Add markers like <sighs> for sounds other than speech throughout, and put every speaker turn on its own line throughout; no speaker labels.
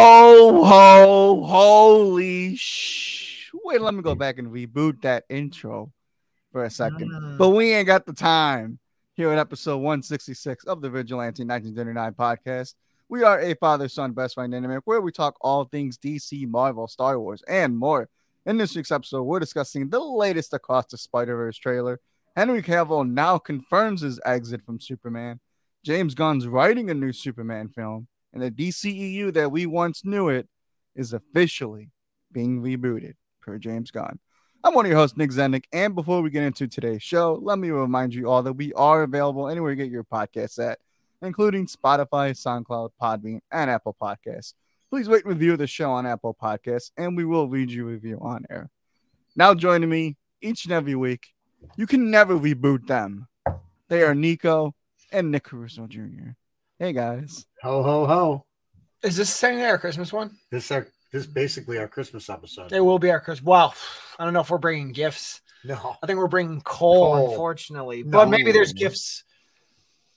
ho, ho, holy sh. Wait, let me go back and reboot that intro for a second.
Mm.
But we ain't got the time here at episode 166 of the Vigilante 1939 podcast. We are a father son best friend dynamic where we talk all things DC, Marvel, Star Wars, and more. In this week's episode, we're discussing the latest across the Spider Verse trailer. Henry Cavill now confirms his exit from Superman. James Gunn's writing a new Superman film, and the DCEU that we once knew it is officially being rebooted per James Gunn. I'm one of your hosts, Nick Zennick, and before we get into today's show, let me remind you all that we are available anywhere you get your podcasts at, including Spotify, SoundCloud, Podbean, and Apple Podcasts. Please rate and review the show on Apple Podcasts, and we will read your review on air. Now joining me each and every week, you can never reboot them. They are Nico and Nick Caruso Jr. Hey guys.
Ho ho ho!
Is this the same day our Christmas one?
This our this is basically our Christmas episode.
It will be our Christmas. Wow, I don't know if we're bringing gifts.
No,
I think we're bringing coal,
Coal.
unfortunately.
No.
But maybe there's gifts.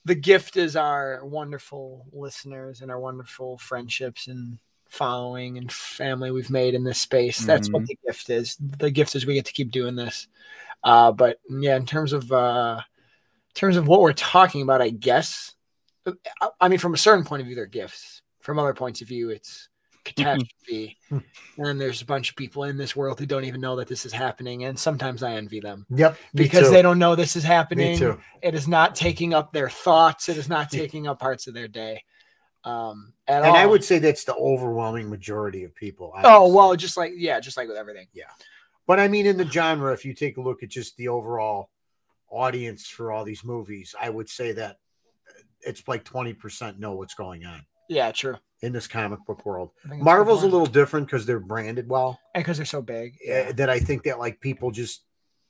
The gift is our wonderful listeners and our wonderful friendships and following and family we've made in this space. That's
Mm-hmm.
what the gift is. The gift is we get to keep doing this. Uh, but yeah, in terms of uh, in terms of what we're talking about, I guess. uh, I- I mean, from a certain point of view, they're gifts. From other points of view, it's
<laughs>
catastrophe. and there's a bunch of people in this world who don't even know that this is happening. And sometimes I envy them
yep, me
because
too.
they don't know this is happening.
Me too.
It is not taking up their thoughts. It is not taking up parts of their day. Um, at
And
all.
I would say that's the overwhelming majority of people.
Oh
obviously.
well, just like yeah, just like with everything.
but I mean, in the genre, if you take a look at just the overall audience for all these movies, I would say that it's like twenty percent know what's going on
Yeah, true.
in this comic book world.
I think it's
Marvel's a
important.
little different because they're branded well.
and because they're so big.
uh, that I think that like people just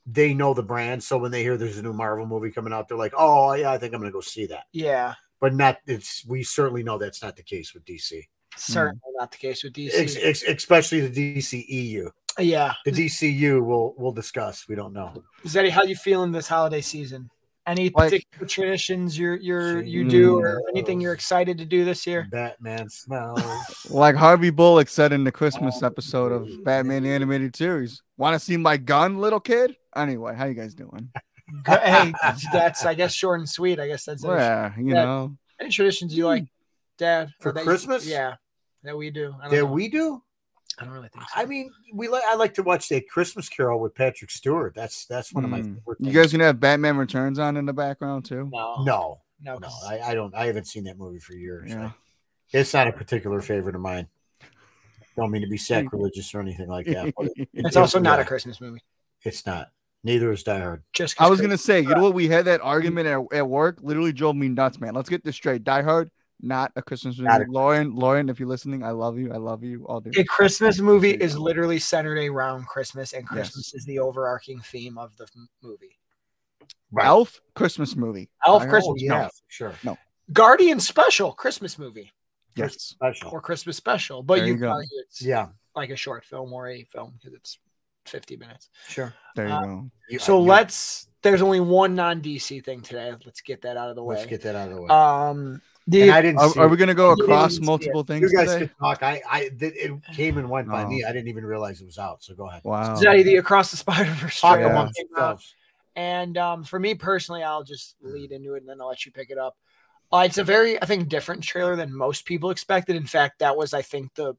they know the brand, so when they hear there's a new Marvel movie coming out, they're like, "Oh yeah, I think I'm gonna go see that."
Yeah,
But not it's we certainly know that's not the case with DC,
certainly not the case with DC.
Mm. Ex- ex- especially the DCEU.
yeah,
The E DCU will will discuss. We don't know.
Zeddy, how you feeling this holiday season? Any
Like-
particular traditions you're you're you do or
Mm.
anything you're excited to do this
<laughs>
year? <laughs>
<laughs>
Batman smells.
Like Harvey Bullock said in the Christmas episode of Batman the Animated Series, "Want to see my gun, little kid?" Anyway, how you guys doing?
hey, that's I guess short and sweet. I guess that's it.
Yeah, you
Yeah.
know,
Any traditions you like, Dad?
For
Or that you-
Christmas?
yeah, that we do. I don't,
that
know.
we do.
I don't really think so.
I mean, we like. I like to watch that Christmas Carol with Patrick Stewart. That's that's one of my
Mm.
favorite.
you guys Oh.
things.
gonna have Batman Returns on in the background too.
no,
No,
no,
no,
'cause
I, I don't. I haven't seen that movie for years.
Yeah,
It's not a particular favorite of mine. Don't mean to be sacrilegious or anything like that.
<laughs>
But it-
it's
it-
also not a
yeah,
Christmas movie.
It's not. Neither is Die Hard.
Just 'cause
I was
Christmas-
gonna say, you know what? We had that argument at, at work. Literally drove me nuts, man. Let's get this straight. Die Hard, not a Christmas movie.
Not a-
Lauren, Lauren, if you're listening, I love you. I love you. I'll do.
a Christmas movie is literally centered around Christmas, and Christmas is the overarching theme of the m- movie.
Elf Christmas movie.
Elf
Die Hard? Oh,
Christmas,
Oh, yeah,
no.
for sure.
Guardian special Christmas movie
Yes.
Special.
or Christmas special, but
There
you,
you go.
argue it's
Yeah,
like a short film or a film because it's fifty minutes.
sure.
There you
Uh,
go.
You-
So
you-
let's. There's only one non DC thing today. Let's get that out of the way.
let's get that out of the way.
Um,
and
the,
I didn't.
Are,
see
are
it.
we gonna go
You didn't
across
see it.
multiple things
you guys
today?
can talk. I, I, th- it came and went by
Oh.
me. I didn't even realize it was out. So go ahead.
Wow.
Zeddy,
um,
the Across the Spider Verse
Talk
Yeah.
amongst yourselves.
And um, for me personally, I'll just lead into it and then I'll let you pick it up. Uh, it's a very, I think, different trailer than most people expected. In fact, that was, I think, the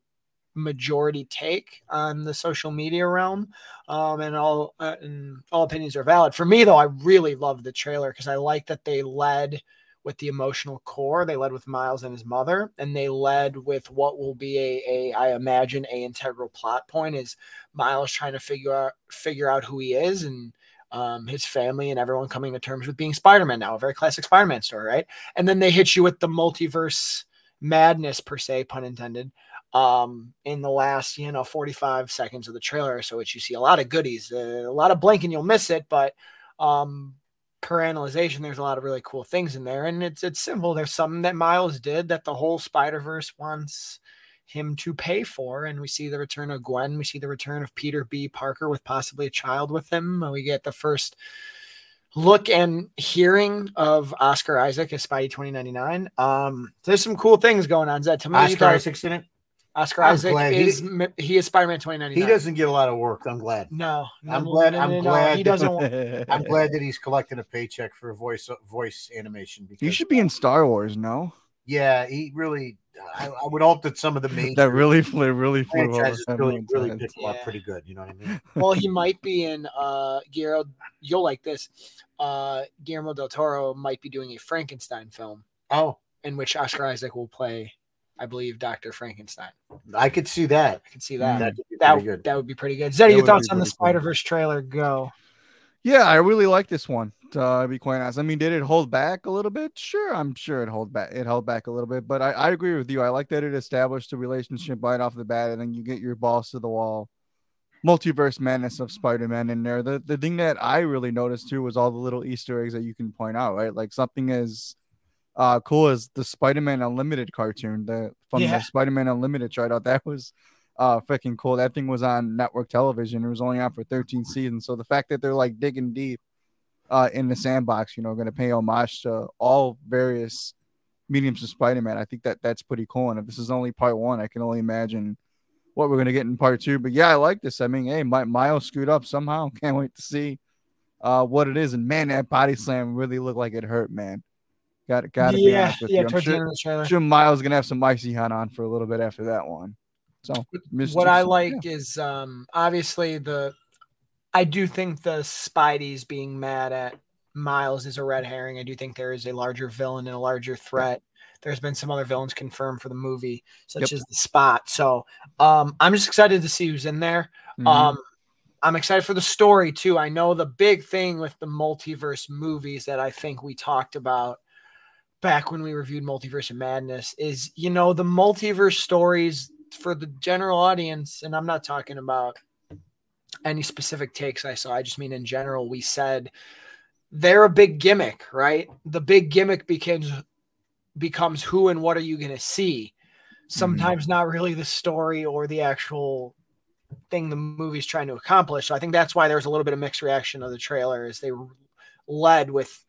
majority take on the social media realm. Um, and all uh, and all opinions are valid. For me, though, I really love the trailer because I like that they led with the emotional core. They led with Miles and his mother, and they led with what will be a, a I imagine, a integral plot point is Miles trying to figure out figure out who he is and um, his family and everyone coming to terms with being Spider-Man now, a very classic Spider-Man story, right? And then they hit you with the multiverse madness per se, pun intended, um, in the last you know 45 seconds of the trailer, so which you see a lot of goodies, uh, a lot of blink and you'll miss it, but um, per analyzation, there's a lot of really cool things in there, and it's it's simple. There's something that Miles did that the whole Spider-Verse wants him to pay for. And we see the return of Gwen. We see the return of Peter B. Parker with possibly a child with him. We get the first look and hearing of Oscar Isaac as Spidey 2099. Um, there's some cool things going on. Zed, tell me what you
Oscar
thought.
Isaac's in it.
Oscar
I'm
Isaac
glad he
is mi- he is Spider Man twenty ninety
He
nine.
doesn't get a lot of work. I'm glad.
No, no,
I'm
no,
glad-
no,
I'm
no, no,
glad
He
that-
<laughs>
doesn't.
I'm glad that he's collecting a paycheck for a voice voice animation. Because
You should be in Star Wars, no?
Yeah, he really. I, I would hope that some of the major
That really flew, really flew over
franchises really
everyone's
really
heads.
pick him up
Yeah.
pretty good. You know what I mean?
<laughs> well, he might be in uh Guillermo. You'll like this. Uh Guillermo del Toro might be doing a Frankenstein film
Oh,
in which Oscar Isaac will play, I believe, Doctor Frankenstein.
I could see that.
I can see
Mm,
that.
That'd be
that
pretty good.
that would be pretty good.
That
Zeddy,
would
your
be
thoughts on the
pretty cool.
Spider Verse trailer? Go.
Yeah, I really like this one. To uh, be quite honest, I mean, did it hold back a little bit? Sure, I'm sure it hold back. It held back a little bit, but I, I agree with you. I like that it established a relationship right off the bat, and then you get your balls to the wall. Multiverse madness of Spider-Man in there. The the thing that I really noticed too was all the little Easter eggs that you can point out, right? Like something as uh, cool as the Spider-Man Unlimited cartoon, the from
Yeah.
the Spider-Man Unlimited tryout. That was uh freaking cool. That thing was on network television. It was only on for 13 seasons. So the fact that they're like digging deep uh in the sandbox, you know, gonna pay homage to all various mediums of Spider-Man, I think that that's pretty cool. And if this is only part one, I can only imagine what we're gonna get in part two. But yeah, I like this. I mean, hey, my Miles screwed up somehow. <laughs> Can't wait to see uh what it is. And man, that body slam really looked like it hurt, man. Got gotta be
yeah,
honest with
yeah.
you. I'm
Towards the
sure,
end of the trailer.
sure Miles is gonna have some icy hunt on for a little bit after that one. So
what I
mischief,
liked is um obviously the I do think the Spidey's being mad at Miles is a red herring. I do think there is a larger villain and a larger threat. There's been some other villains confirmed for the movie,
Yep.
such as the spot. So um I'm just excited to see who's in there.
yeah. Mhm.
Um I'm excited for the story too. I know the big thing with the multiverse movies that I think we talked about back when we reviewed Multiverse of Madness is, you know, the multiverse stories for the general audience, and I'm not talking about any specific takes I saw. I just mean in general, we said they're a big gimmick, right? The big gimmick becomes becomes who and what are you going to see. Sometimes not really the story or the actual thing the movie's trying to accomplish. So I think that's why there's a little bit of mixed reaction of the trailer as they led with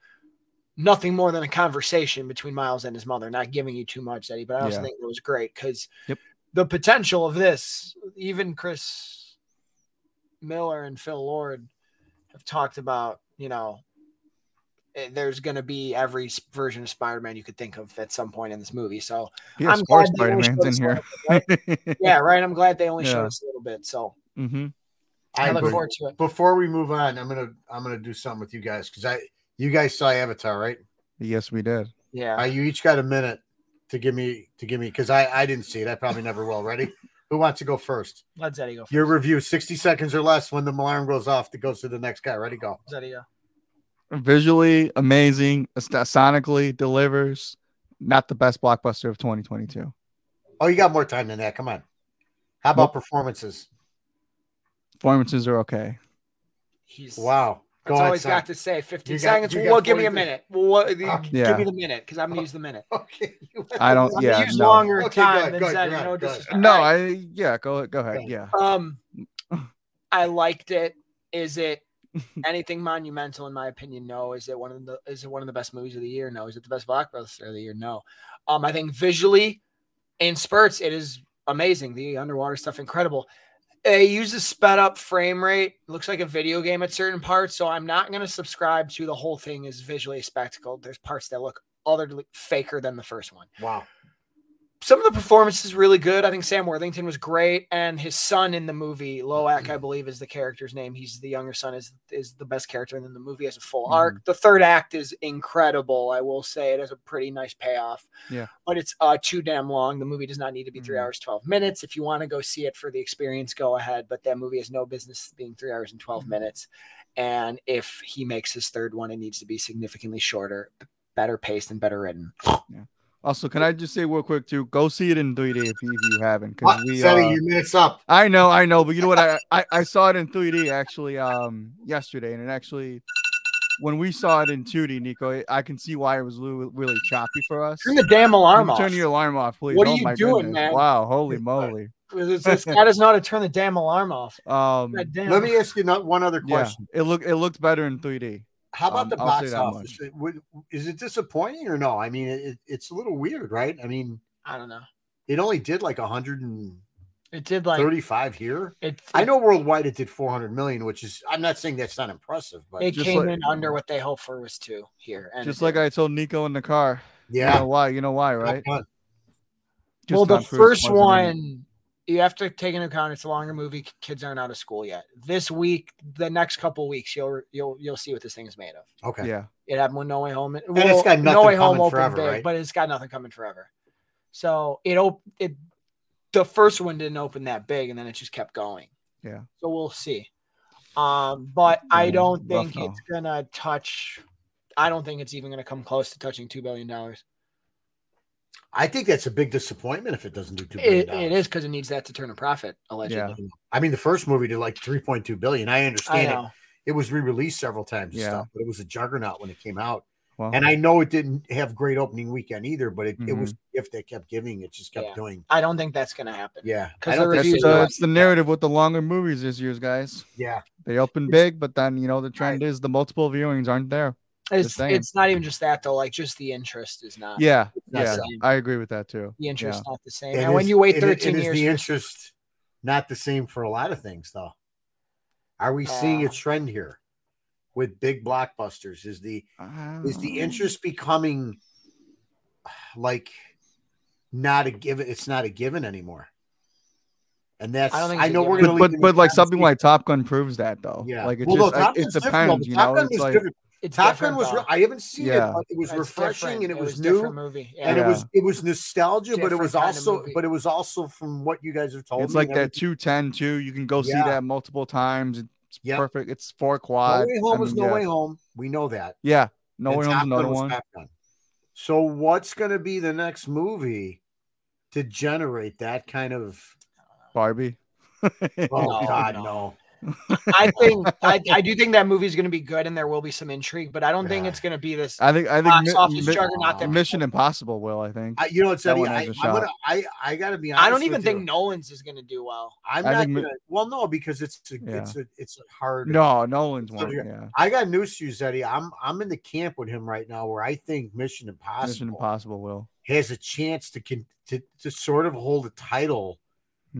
nothing more than a conversation between Miles and his mother, not giving you too much, Eddie. But I also
Yeah.
think it was great because
Yep.
the potential of this, even Chris Miller and Phil Lord have talked about, you know, eh, there's going to be every s- version of Spider-Man you could think of at some point in this movie. So I'm
PS4
glad they only
Spider-Man's in
showed
here. <laughs>
yeah, right. I'm glad they only
Yeah.
showed us a little bit. So
hmm
I,
I
look
agree.
forward to it.
Before we move on, I'm gonna I'm gonna do something with you guys because I you guys saw Avatar right?
Yes, we did.
Yeah.
Uh, you each got a minute to give me to give me because I I didn't see it. I probably never
<laughs>
will. Ready? Who wants to go first?
Let Zeddy go.
Your review, 60 seconds or less. When the alarm goes off, that goes to the next guy. Ready? Go.
first. Zeddy go.
Visually amazing, ast- sonically delivers. Not the best blockbuster of 2022.
Oh, you got more time than that. Come on. How about performances?
Performances are okay.
He's
Wow. Go
That's all he's
Sam.
got to say. 15
You got-
seconds.
you got
well, give me a
43.
minute. Well, what,
Yeah.
Give me the minute because I'm going to use the minute.
<laughs> Okay. you went
I
<laughs>
to
don't.
I'm
Yeah.
gonna use
No.
longer
Okay, go
time
ahead,
than
go ahead,
Zeddy.
go ahead,
No
go ahead.
disrespect.
No.
All right.
I. Yeah. Go. Go ahead. Yeah.
Um, I liked it. Is it anything monumental in my opinion? No. Is it one of the is it one of the best movies of the year? No. Is it the best blockbuster of the year? No. Um, I think visually, in spurts, it is amazing. The underwater stuff incredible. It uses sped up frame rate. Looks like a video game at certain parts. So I'm not going to subscribe to the whole thing is visually a spectacle. There's parts that look other faker than the first one
Wow.
some of the performances really good. I think Sam Worthington was great, and his son in the movie, Loak, I
Mm-hmm.
believe, is the character's name. He's the younger son is is the best character in the movie. Has a
Mm-hmm.
full arc. The third act is incredible. I will say it has a pretty nice payoff.
Yeah.
but it's uh, too damn long. The movie does not need to be three
Mhm.
hours twelve minutes. If you want to go see it for the experience, go ahead. But that movie has no business being three hours and 12
Mhm.
minutes. And if he makes his third one, it needs to be significantly shorter, b- better paced, and better written.
Also, can I just say real quick too? Go see it in 3D if you, if you haven't, because
What?
we.
Sonny,
uh,
your minute's up.
I know, I know, but you know what? I, I I saw it in 3D actually um yesterday, and it actually when we saw it in 2D, Nico, it- I can see why it was really, really choppy for us.
Turn the damn alarm
Turn
off.
your alarm off, please.
What are
oh
you
my
doing,
goodness.
man?
Wow, holy moly.
this, this guy does not turn the damn alarm off.
Um,
God damn.
Let me ask you not one other
yeah,
question.
it looked it looked better in 3D.
How about
Um,
the
I'll say
box
that
office? Would- Is it disappointing or no? I mean, it, it's a little weird, right? I mean,
I don't know.
It only did like 135
It did like
here.
it.
I know worldwide it did 400 million, which is I'm not saying that's not impressive, but
it
just
came
like-
in under what they hoped for was two here. And
Just
it
like
did.
I told Nico in the car. You
yeah,
know why? You know why, right?
Well done.
Just
well, the
Tom Cruise
first
wasn't in it.
one you have to take into account it's a longer movie. Kids aren't out of school yet. This week, the next couple weeks, you'll you'll you'll see what this thing is made of.
okay.
Yeah.
It happened with No Way Home. And
it's got
No
nothing
Way Home
coming
opened
forever,
big,
right?
but it's got nothing coming forever. So it op- it the first one didn't open that big, and then it just kept going.
Yeah.
So we'll see. Um, but I
Yeah,
don't
rough
think
though.
it's gonna touch. I don't think it's even gonna come close to touching two billion dollars.
I think that's a big disappointment if it doesn't do two
It,
billion
it is because it needs that to turn a profit. Allegedly,
Yeah.
I mean, the first movie did like 3.2 billion. I
I
understand it.
know.
It was re-released several times, and
Yeah.
stuff, but it was a juggernaut when it came out.
Uh-huh.
Well,
And I know it didn't have great opening weekend either, but it, it was a gift that kept giving. It just kept
Mm-hmm. Yeah.
doing.
I don't think that's gonna happen.
Yeah,
'Cause
I don't
the
think
that's
reviews
so.
the,
are-
it's the narrative with the longer movies this year's guys.
yeah,
They open big, but then you know the trend is the multiple viewings aren't there.
It's
same.
it's not even just that though. Like just the interest is not.
Yeah,
not
yeah,
the same.
I agree with that too.
The interest not the same.
It
and when
is-
you wait
it i- it
13
is
years,
the
for-
interest not the same for a lot of things, though. Are we seeing a
Uh,
trend here with big blockbusters? Is the
Yeah,
is
Mm.
the interest becoming like not a given? It's not a given anymore. And that's
I don't think
I,
it's a
know we're
But
given.
but,
gonna leave
but like
the
something
conversation-
like Top Gun proves that though.
yeah,
like it
Well, no,
just I,
Top
it's
Gun's
a
different, though.
pound, you
Top
know.
Gun
It's
was
like
different.
it's
Top Gun
different,
was
though.
re- I haven't seen
Yeah.
it, but it was
It's
refreshing
different.
and it was,
different
new.
movie. Yeah.
And it was it was nostalgia, but it
Different
was
kind of
also
movie.
but it was also from what you guys have told
it's
me.
like
and
that 210 too. You can go
Yeah.
see that multiple times. It's
Yep.
perfect. It's four
No
quad.
Way
I
Home was
mean,
No
yeah.
Way Home. We know that.
Yeah, no
And
way
Top
home's
Gun
another
was
one.
Top Gun. So what's going to be the next movie to generate that kind of?
Barbie. <laughs>
Oh
No,
God,
no.
no. <laughs>
I think I, I do think that movie's going to be good, and there will be some intrigue, but I don't think
Yeah.
it's going to be this.
I think I think
Box
Mi-
office
Mi-
juggernaut that
Mission Impossible will. I think.
I, you know, it's
That
Eddie.
one
I,
has a
I'm
shot.
gonna, I I got to be honest.
I don't even
with you.
think Nolan's is going to do well.
I'm
I
not
think we-
gonna. Well, no, because it's a,
Yeah.
it's a, it's a hard.
No, Nolan's one.
Subject-
Yeah,
I got news to you, Zeddy. I'm I'm in the camp with him right now, where I think Mission Impossible,
Mission Impossible will.
has a chance to, con- to to sort of hold the title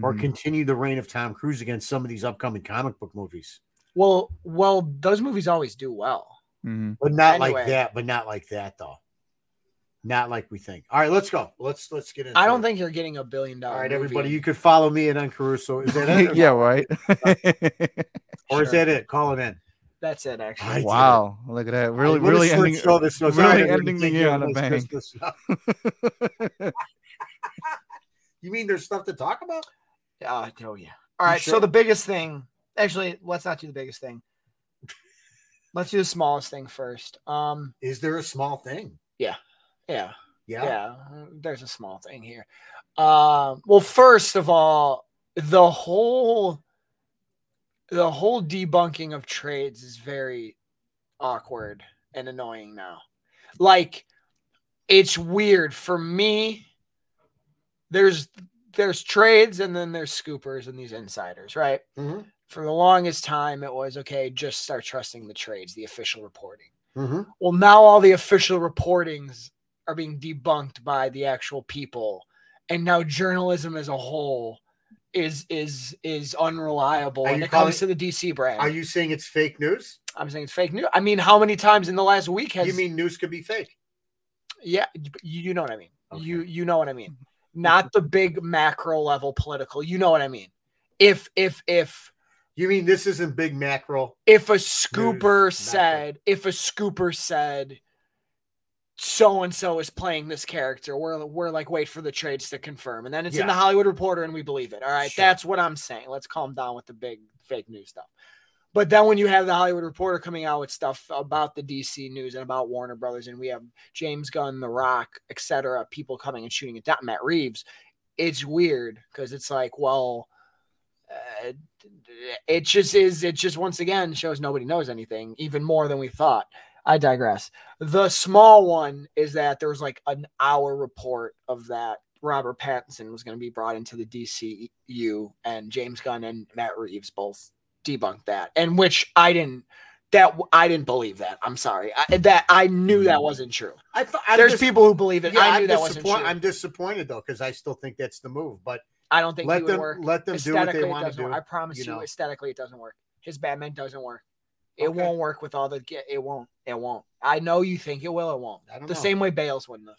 or
Mhm.
continue the reign of Tom Cruise against some of these upcoming comic book movies,
Well, well, those movies always do well.
Mhm.
but not like
Anyway.
that. But not like that though. Not like we think. All right, let's go. Let's let's get in.
I don't think you're getting a billion
All
dollars.
right, everybody, you could follow me at on Caruso. Is that
<laughs>
it?
yeah, right.
Or is that it? Call it in.
that's it.
<laughs>
Actually,
<laughs> I- did it.
wow, look at that! Really,
What a
really
short
ending.
show this was. All
really
everybody,
ending the
thank you.
year on a
Merry
bang.
Christmas.
<laughs>
<laughs> You mean there's stuff to talk about?
Uh, oh yeah. All right. So
sure?
the biggest thing, actually, let's not do the biggest thing. Let's do the smallest thing first. Um,
Is there a small thing?
yeah,
Yeah.
yeah. uh, There's a small thing here. Um, well, first of all, the whole the whole debunking of trades is very awkward and annoying now. Like, it's weird for me. There's there's trades and then there's scoopers and these insiders, right?
Mhm.
for the longest time it was okay just start trusting the trades the official reporting
Mhm.
well now all the official reportings are being debunked by the actual people and now journalism as a whole is is is unreliable
Are
when
you
it
calling-
comes to the dc brand
Are you saying it's fake news?
i'm saying it's fake news i mean how many times in the last week has
You mean news could be fake?
yeah you, you know what i mean
Okay.
you you know what i mean not the big macro level political you know what i mean if if if
You mean this isn't big mackerel?
if a scooper
News, nothing.
said if a scooper said so and so is playing this character we're we're like wait for the trades to confirm and then it's in the
Yeah.
hollywood reporter and we believe it all right
Sure.
that's what i'm saying let's calm down with the big fake news stuff but then when you have the hollywood reporter coming out with stuff about the dc news and about warner brothers and we have james gunn the rock etc people coming and shooting it down matt reeves it's weird because it's like well uh, it just is it just once again shows nobody knows anything even more than we thought i digress the small one is that there was like an hour report of that robert pattinson was going to be brought into the E dcu and james gunn and matt reeves both debunked that and which i didn't that w- I didn't believe that. I'm sorry. I, that I knew that wasn't true.
I th- Mm. I'm
There's
dis-
people who believe it.
Yeah,
I knew
I'm,
that wasn't true.
disappoint- I'm disappointed though because I still think that's the move. But
I don't think he
let
would
them
work.
let them do what
Aesthetically,
they
it
want to
doesn't
do.
work. I promise
you
you,
know.
aesthetically, it doesn't work. His Batman doesn't work. It
Okay.
won't work with all the. ge- It won't. It won't. I know you think it will. It won't.
I don't
the
know.
same way Bales wouldn't have.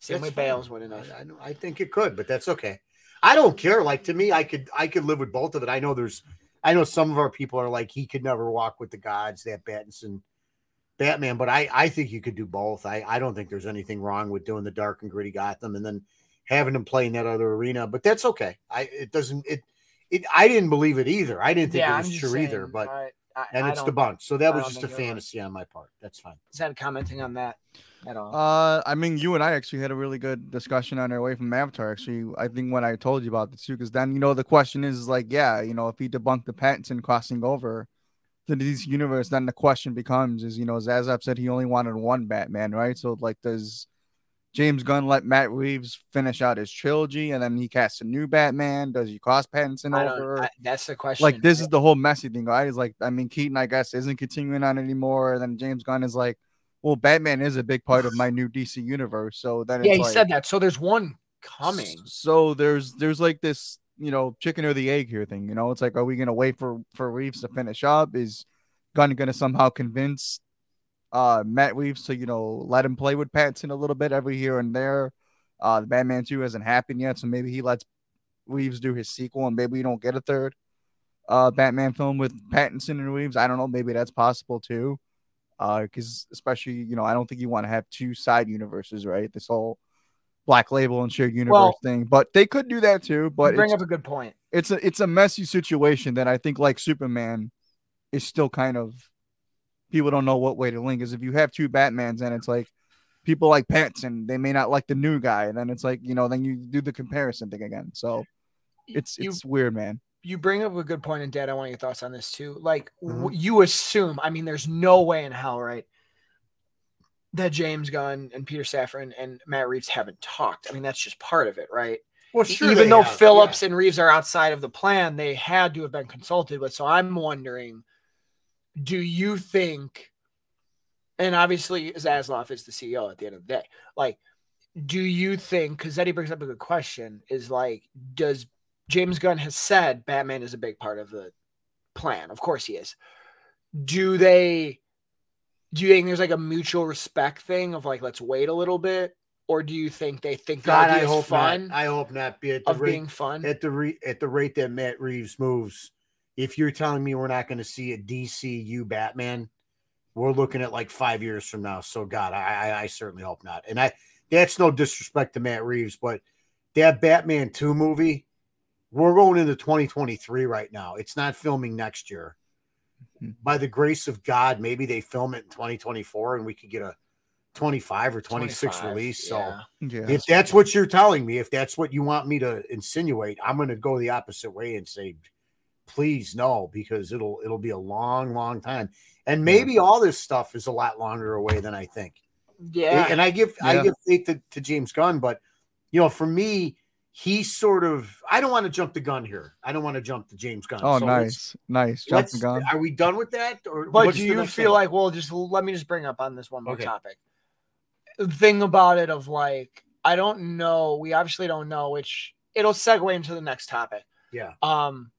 Same
That's
way
fine.
Bales wouldn't have.
I, I, know- I think it could, but that's okay. I don't care. Like to me, I could I could live with both of it. I know there's I know some of our people are like he could never walk with the gods, that Battinson Batman, but I I think you could do both. I I don't think there's anything wrong with doing the dark and gritty Gotham and then having him play in that other arena, but that's okay. I it doesn't it it I didn't believe it either. I didn't think it
I'm
was
just
true either,
saying,
but
I, I,
and
I
it's
don't-
debunked. So that
I
was
don't
just a
think it was.
fantasy on my part. That's fine.
Is that commenting on that at all?
Uh, I mean, you and I actually had a really good discussion on our way from Avatar. Actually, I think when I told you about the two, because then you know the question is, is like, yeah, you know, if he debunked the Pattinson crossing over to this universe, then the question becomes, is you know, Zazev said he only wanted one Batman, right? So like, does James Gunn let Matt Reeves finish out his trilogy and then he casts a new Batman? Does he cross Pattinson
I
over?
don't. I, that's the question.
like this is the whole messy thing, right? It's like I mean, Keaton, I guess, isn't continuing on anymore. And then James Gunn is like, well, Batman is a big part of my new DC universe. So then,
Yeah,
it's
he
like,
said that. So there's one coming.
So there's there's like this, you know, chicken or the egg here thing. You know, it's like, are we gonna wait for for Reeves to finish up? Is Gunn gonna somehow convince uh Matt Reeves to you know let him play with Pattinson a little bit every here and there? Uh, the Batman Two hasn't happened yet, so maybe he lets Reeves do his sequel, and maybe we don't get a third uh Batman film with Pattinson and Reeves. I don't know, maybe that's possible too. Uh, because especially you know, I don't think you want to have two side universes, right? This whole black label and shared universe
Well-
thing, but they could do that too.
But
But
bring
it's,
up a good point.
it's a it's a messy situation that I think, like Superman, is still kind of people don't know what way to link. Is if you have two Batmans and it's like people like Pattinson, they may not like the new guy, and then it's like you know, then you do the comparison thing again. So it's
you,
it's weird, man.
you bring up a good point, and Dad, I want your thoughts on this too. Like w- you assume, I mean, there's no way in hell, right, that James Gunn and Peter Safran and Matt Reeves haven't talked. I mean, that's just part of it, right?
Well,
E-
sure.
Even
they
though
have,
Phillips and Reeves are outside of the plan, they had to have been consulted with. So I'm wondering, do you think? And obviously, Zasloff is the CEO at the end of the day. Like, do you think? Because Eddie brings up a good question. Is like, does James Gunn has said Batman is a big part of the plan. Of course he is. Do they do you think there's like a mutual respect thing of like let's wait a little bit? Or do you think they think the
God,
idea
I
is
hope
fun
not. I hope not. Be at the
of
rate
being fun?
at the re- at the rate that Matt Reeves moves, if you're telling me we're not going to see a DCU Batman, we're looking at like five years from now. So God, I, I I certainly hope not. And I that's no disrespect to Matt Reeves, but that Batman Two movie, we're going into 2023 right now. It's not filming next year.
Mhm.
By the grace of God, maybe they film it in 2024 and we could get a 25 or 26
25,
release. So
yeah.
Yeah.
if that's what you're telling me, if that's what you want me to insinuate, I'm going to go the opposite way and say, please no, because it'll it'll be a long, long time, and maybe all this stuff is a lot longer away than I think.
yeah.
And I give I
Yeah.
give faith to, to James Gunn, but you know, for me, he sort of I don't want to jump the gun here. I don't want to jump to James Gunn.
Oh,
So
nice,
let's-
nice.
let's-
Jumping gun.
Are we done with that? Or
But
what's
do
the
you
next
feel
thing?
like, well, just l- let me just bring up on this one more
Okay.
topic. The thing about it of like, I don't know. We obviously don't know which it'll segue into the next topic.
Yeah.
Um,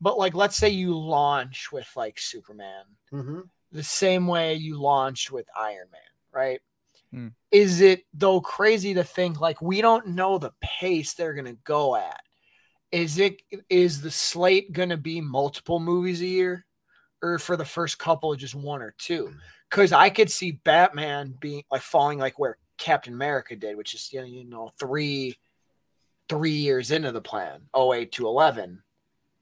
but like, let's say you launch with like Superman,
Mhm.
the same way you launched with Iron Man, right?
Hmm.
Is it though crazy to think like we don't know the pace they're gonna go at? Is it is the slate gonna be multiple movies a year, or for the first couple just one or two? Because I could see Batman being like falling like where Captain America did, which is you know, you know three three years into the plan, 08 to eleven.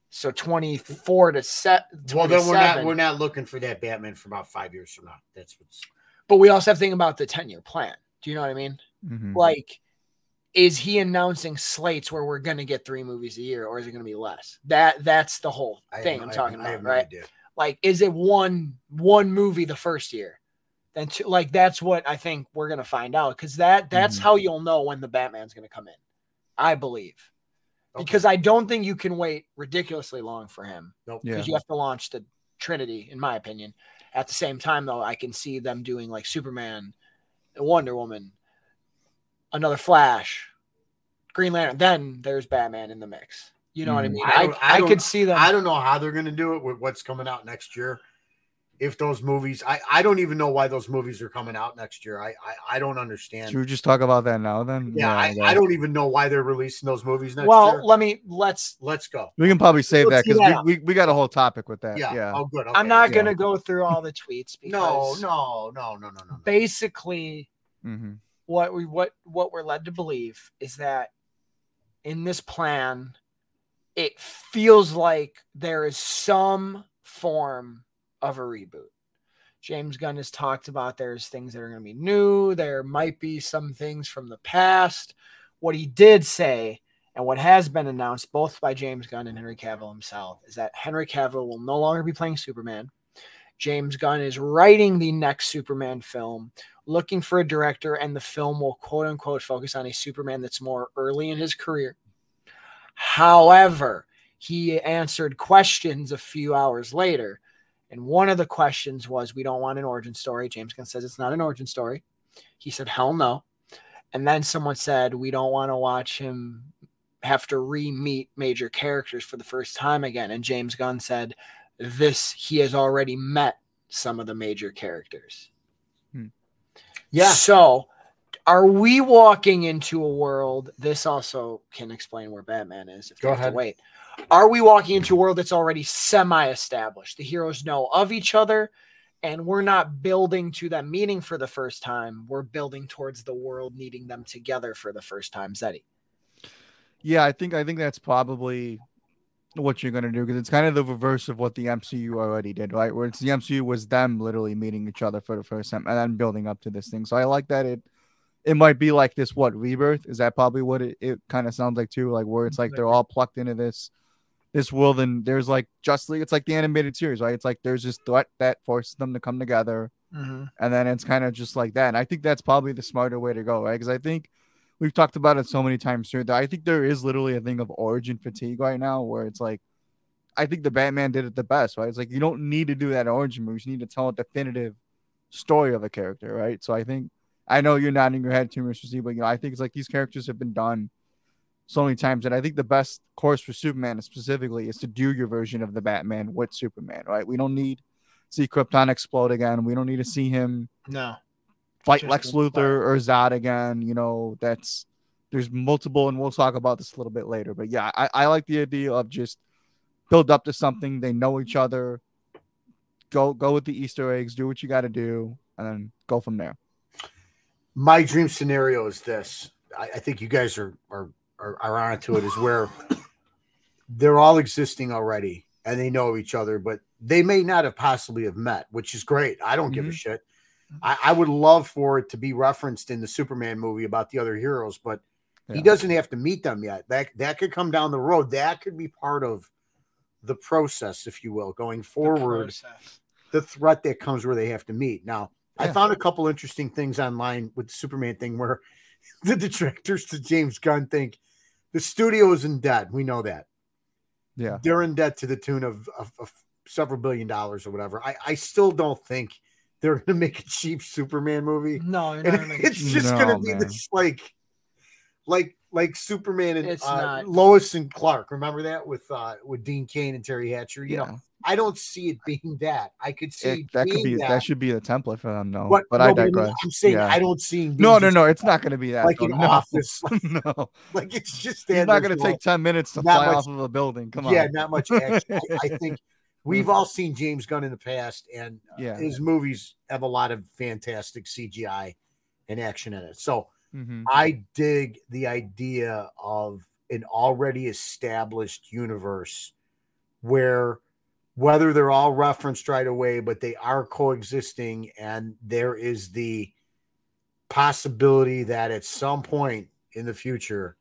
So 24 to set.
Well, then we're not
27.
we're not looking for that Batman for about five years from now. That's what's
But we also have to think about the 10 year plan. Do you know what I mean?
Mm-hmm.
Mhm.
Like, is he announcing slates where we're going to get three movies a year or is it going to be less? That that's the whole
I have
thing
no-
I'm
I have-
talking
I
about,
have no
right?
idea.
Like, is it one one movie the first year? Then two, like that's what I think we're going to find out cuz that that's
Mm-hmm.
Mhm.
how you'll know when the Batman's going to come in. I believe.
Okay.
Because I don't think you can wait ridiculously long for him
nope.
Yeah.
because you have to launch the Trinity, in my opinion. At the same time, though, I can see them doing like Superman, Wonder Woman, another Flash, Green Lantern. Then there's Batman in the mix. You know what I
Mhm.
mean?
Mm. I
I,
don't- I
I,
don't-
could see them.
I don't know how they're going to do it with what's coming out next year. If those movies, I, I don't even know why those movies are coming out next year. I I, I don't understand.
Should we just talk about that now then?
Yeah, I,
guess.
I don't even know why they're releasing those movies next
well,
year.
let me. Let's.
Let's go.
We can probably save
We'll
that
see
because
that.
we, we, we got a whole topic with that.
Yeah.
Yeah.
Oh, good.
I'm
okay.
not
yeah.
gonna go through all the tweets
No,
because
no, no, no, no, no, no.
basically
hmm
what we what what we're led to believe is that in this plan it feels like there is some form of a reboot james gunn has talked about there's things that are going to be new there might be some things from the past what he did say and what has been announced both by james gunn and henry cavill himself is that henry cavill will no longer be playing superman james gunn is writing the next superman film looking for a director, and the film will quote unquote focus on a Superman that's more early in his career. However, he answered questions a few hours later. And one of the questions was, We don't want an origin story. James Gunn says it's not an origin story. He said, Hell no. And then someone said, We don't want to watch him have to re meet major characters for the first time again. And James Gunn said, This, he has already met some of the major characters.
Yeah.
So, are we walking into a world? This also can explain where Batman is. If
Go
you have
ahead.
To wait. Are we walking into a world that's already semi-established? The heroes know of each other, and we're not building to them meeting for the first time. We're building towards the world needing them together for the first time. Zeddy.
Yeah, I think I think that's probably what you're gonna do because it's kind of the reverse of what the MCU already did, right? Where it's the MCU was them literally meeting each other for the first time and then building up to this thing. So I like that it it might be like this what rebirth is that probably what it, it kind of sounds like too, like where it's like they're all plucked into this this world and there's like justly it's like the animated series, right? It's like there's this threat that forces them to come together
Mm-hmm.
and then it's kind of just like that. And I think that's probably the smarter way to go, right? Because I think we've talked about it so many times here that I think there is literally a thing of origin fatigue right now, where it's like, I think the Batman did it the best, right? It's like you don't need to do that origin move; you just need to tell a definitive story of a character, right? So I think I know you're nodding your head to me, Mr. Z, but you know I think it's like these characters have been done so many times, and I think the best course for Superman specifically is to do your version of the Batman with Superman, right? We don't need to see Krypton explode again. We don't need to see him
No.
fight
Just
Lex
don't
Luthor
fight.
or Zod again. You know, that's there's multiple, and we'll talk about this a little bit later. But yeah, I, I like the idea of just build up to something. They know each other. Go go with the Easter eggs. Do what you got to do, and then go from there.
my dream scenario is this. I, I think you guys are are are, are on to it. Is where they're all existing already and they know each other, but they may not have possibly have met, which is great. I don't give a
Mhm.
shit. I, I would love for it to be referenced in the Superman movie about the other heroes, but he
Yeah.
doesn't have to meet them yet. That that could come down the road. That could be part of the process, if you will, going forward the threat that comes where they have to meet. Now, I
Yeah.
found a couple interesting things online with the Superman thing where <laughs> the detractors to James Gunn think the studio is in debt. We know that
Yeah,
they're in debt to the tune of, of, of several billion dollars or whatever. I, I still don't think they're going to make a cheap Superman movie.
No, you're not
<laughs> And
gonna make
it's
it.
just going to
No,
be
man.
this like, like, like Superman and
It's
uh,
not.
Lois and Clark. Remember that with uh, with Dean Kane and Terry Hatcher. You know,
yeah.
I don't see it being that. I could see
It- that could
being
be that. should be the template for them, though.
What-
But
no,
I
mean,
digress.
I'm saying
Yeah.
I don't see. him
No, no,
being
no! It's not going to be that.
Like
though.
an
no. <laughs>
office, <laughs> like,
no,
like it's just
he's
that.
not going to take ten minutes to
Not
fly
much-
off of a building. Come on,
Yeah, not much action. I,
<laughs>
I think we've all seen James Gunn in the past, and
yeah.
his movies have a lot of fantastic CGI and action in it. So
hmm
I dig the idea of an already established universe where whether they're all referenced right away, but they are coexisting, and there is the possibility that at some point in the future,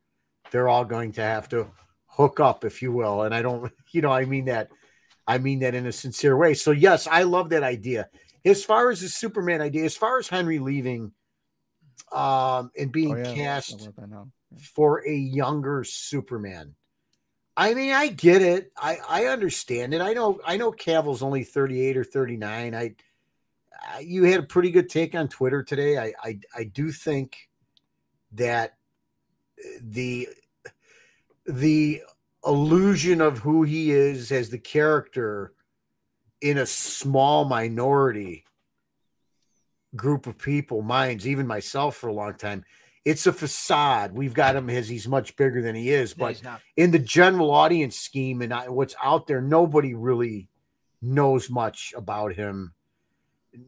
they're all going to have to hook up, if you will. And I don't, <laughs> you know, I mean that, I mean that in a sincere way. So, yes, I love that idea. As far as the Superman idea, as far as Henry leaving um and being
Oh, yeah. I
cast
love that now.
for a younger Superman. I mean, I get it. I I understand it. I know I know Cavill's only 38 or 39. I, I you had a pretty good take on Twitter today. I I I do think that the the illusion of who he is as the character in a small minority group of people minds even myself for a long time it's a facade we've got him as he's much bigger than he is but
he's not.
in the general audience scheme and I, what's out there, nobody really knows much about him.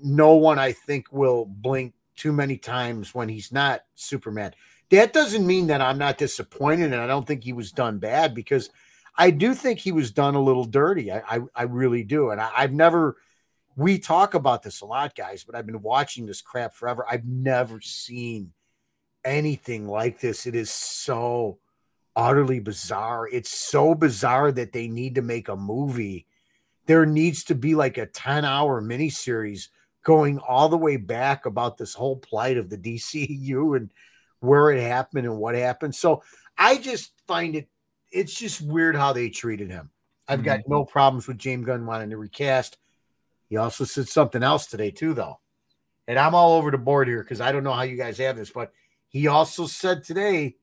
No one, I think, will blink too many times when he's not Superman. That doesn't mean that I'm not disappointed and I don't think he was done bad because I do think he was done a little dirty. I, I, I really do. And I, I've never, we talk about this a lot, guys, but I've been watching this crap forever. I've never seen anything like this. It is so utterly bizarre. It's so bizarre that they need to make a movie. There needs to be like a 10 hour miniseries going all the way back about this whole plight of the DCU and where it happened and what happened. So I just find it, it's just weird how they treated him. I've got no problems with James Gunn wanting to recast. He also said something else today, too, though. And I'm all over the board here because I don't know how you guys have this, but he also said today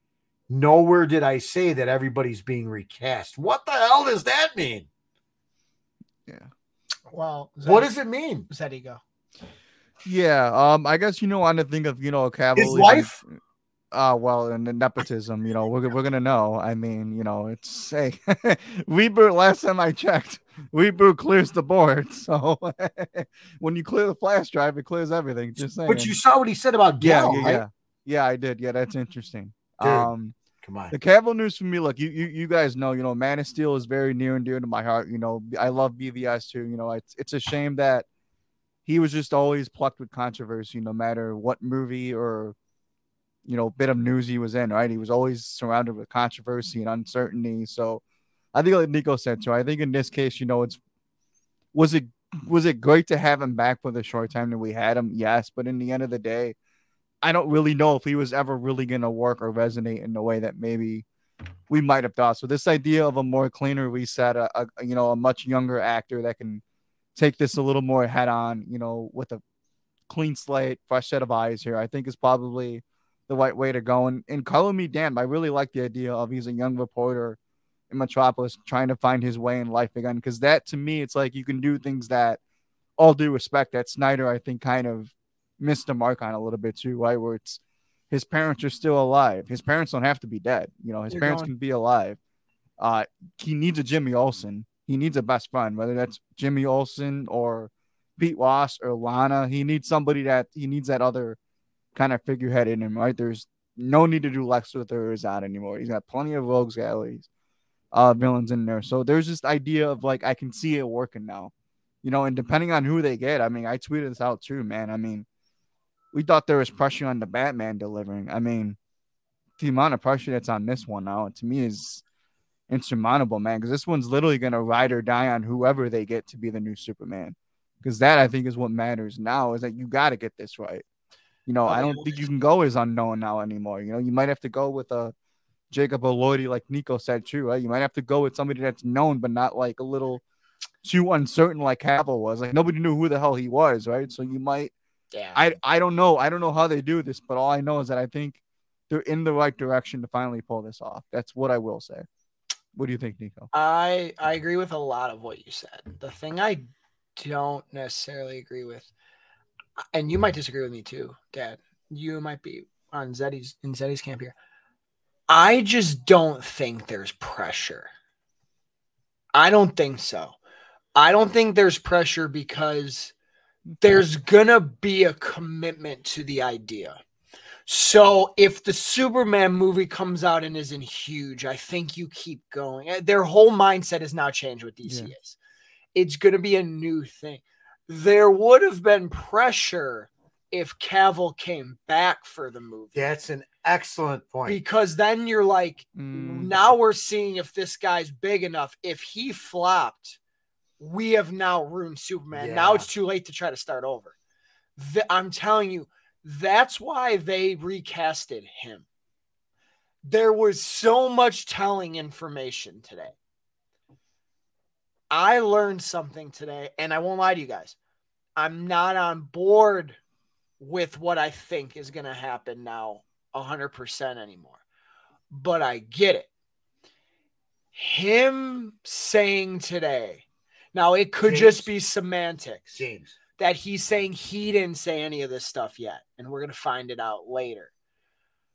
Nowhere did I say that everybody's being recast. What the hell does that mean?
Well, Zed,
What does it mean?
Zed ego?
Yeah, um, I guess you know, on the thing of you know, Cavill,
His
even-
wife?
uh, well, and the nepotism, you know, we're, we're gonna know. I mean, you know, it's hey, <laughs> Weber. Last time I checked, Weber clears the board. <laughs> So when you clear the flash drive, it clears everything. Just saying.
But you saw what he said about
yeah,
Gal,
yeah,
right?
yeah, yeah. I did. Yeah, that's interesting.
Dude.
Um,
Come on.
the Cavill news for me, look, you, you you guys know, you know, Man of Steel is very near and dear to my heart. You know, I love BVS too. You know, it's it's a shame that he was just always plucked with controversy, no matter what movie or you know bit of news he was in. Right, he was always surrounded with controversy and uncertainty. So, I think like Nico said too. I think in this case, you know, it's was it was it great to have him back for the short time that we had him? Yes, but in the end of the day, I don't really know if he was ever really going to work or resonate in the way that maybe we might have thought. So this idea of a more cleaner reset, a, a you know a much younger actor that can take this a little more head on, you know, with a clean slate, fresh set of eyes here, I think is probably the right way to go. And and color me damned, I really like the idea of he's a young reporter in Metropolis trying to find his way in life again because that to me it's like you can do things that all due respect that Snyder I think kind of missed the mark on a little bit too, right? Where it's his parents are still alive. His parents don't have to be dead. You know, his
They're
parents
gone.
can be alive. Uh, he needs a Jimmy Olsen. He needs a best friend, whether that's Jimmy Olsen or Pete Wass or Lana. He needs somebody that he needs that other kind of figurehead in him, right? There's no need to do Lex Luthor is out anymore. He's got plenty of rogues galleries, uh, villains in there. So there's this idea of like I can see it working now, you know. And depending on who they get, I mean, I tweeted this out too, man. I mean, we thought there was pressure on the Batman delivering. I mean, the amount of pressure that's on this one now to me is insurmountable, man. Because this one's literally gonna ride or die on whoever they get to be the new Superman. Because that I think is what matters now is that you got to get this right. You know, I don't think you can go as unknown now anymore. You know, you might have to go with a Jacob Elordi, like Nico said too. Right? You might have to go with somebody that's known, but not like a little too uncertain like Cavill was. Like nobody knew who the hell he was, right? So you might
Yeah,
I I don't know. I don't know how they do this, but all I know is that I think they're in the right direction to finally pull this off. That's what I will say. What do you think, Nico?
I I agree with a lot of what you said. The thing I don't necessarily agree with, and you might disagree with me too, Dad. You might be on Zeddy's in Zeddy's camp here. I just don't think there's pressure. I don't think so. I don't think there's pressure because there's gonna be a commitment to the idea. So if the Superman movie comes out and isn't huge, I think you keep going. Uh, Their whole mindset has now changed with DC is. It's going to be a new thing. There would have been pressure if Cavill came back for the movie
That's an excellent point.
because then you're like,
Mm,
now we're seeing if this guy's big enough. If he flopped, we have now ruined Superman. Now
Yeah.
it's too late to try to start over. Th- I'm telling you, that's why they recasted him. there was so much telling information today. I learned something today, and I won't lie to you guys. I'm not on board with what I think is going to happen now 100% anymore, but I get it. Him saying today, now it could
James.
just be semantics
James.
that he's saying he didn't say any of this stuff yet, and we're going to find it out later.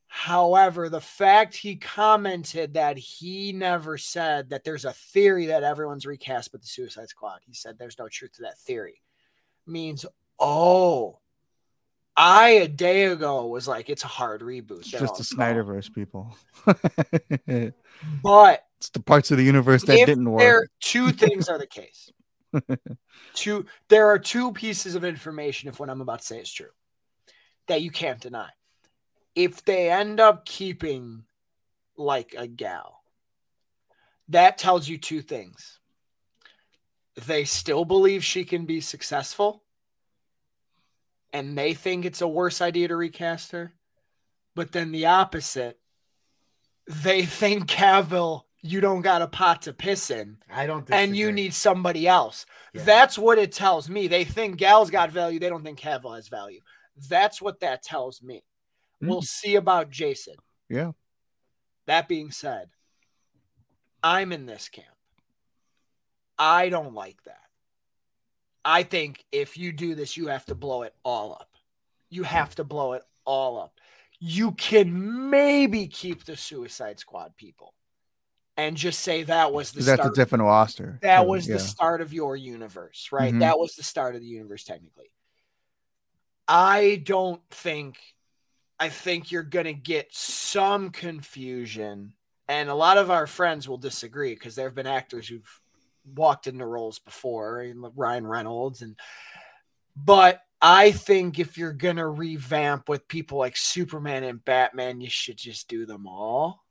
However, the fact he commented that he never said that there's a theory that everyone's recast but the Suicide Squad, he said there's no truth to that theory, means, oh, I a day ago was like, it's a hard reboot.
It's
They're
just
all
the
gone.
Snyderverse, people. <laughs> it's
But
the parts of the universe that
If
didn't
there
work.
two things are the case two there are two pieces of information if what i'm about to say is true that you can't deny if they end up keeping like a gal that tells you two things they still believe she can be successful and they think it's a worse idea to recast her but then the opposite they think <laughs> cavill you don't got a pot to piss in
I don't.
and you
disagree.
need somebody else.
Yeah.
That's what it tells me. They think Gal's got value. They don't think Cavill has value. That's what that tells me. We'll see about Jason.
Hmm. Yeah.
That being said, I'm in this camp. I don't like that. I think if you do this, you have to blow it all up. You have to blow it all up. You can maybe keep the Suicide Squad people and just say that was the
Because that's a
start
different roster.
that
too,
was
yeah.
the start of your universe, right?
Mhm.
That was the start of the universe, technically. I don't think, I think you're going to get some confusion. And a lot of our friends will disagree because there have been actors who've walked into roles before, and Ryan Reynolds. And, but I think if you're going to revamp with people like Superman and Batman, you should just do them all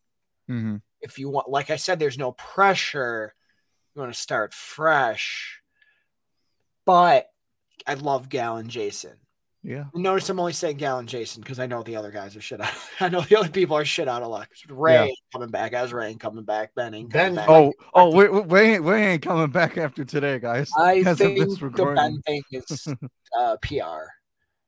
Mhm.
if you want like i said there's no pressure you want to start fresh but i love gal and jason
Yeah.
notice i'm only saying gal and jason because i know the other guys are shit out <laughs> i know the other people are shit out of luck ray
Yeah.
ain't coming back as ray ain't coming back ben ain't coming
Ben-
back
Oh, oh, we, we, we ain't, we ain't coming back after today, guys.
i
as of
think
this
the
recording.
ben thing
<laughs>
is uh, pr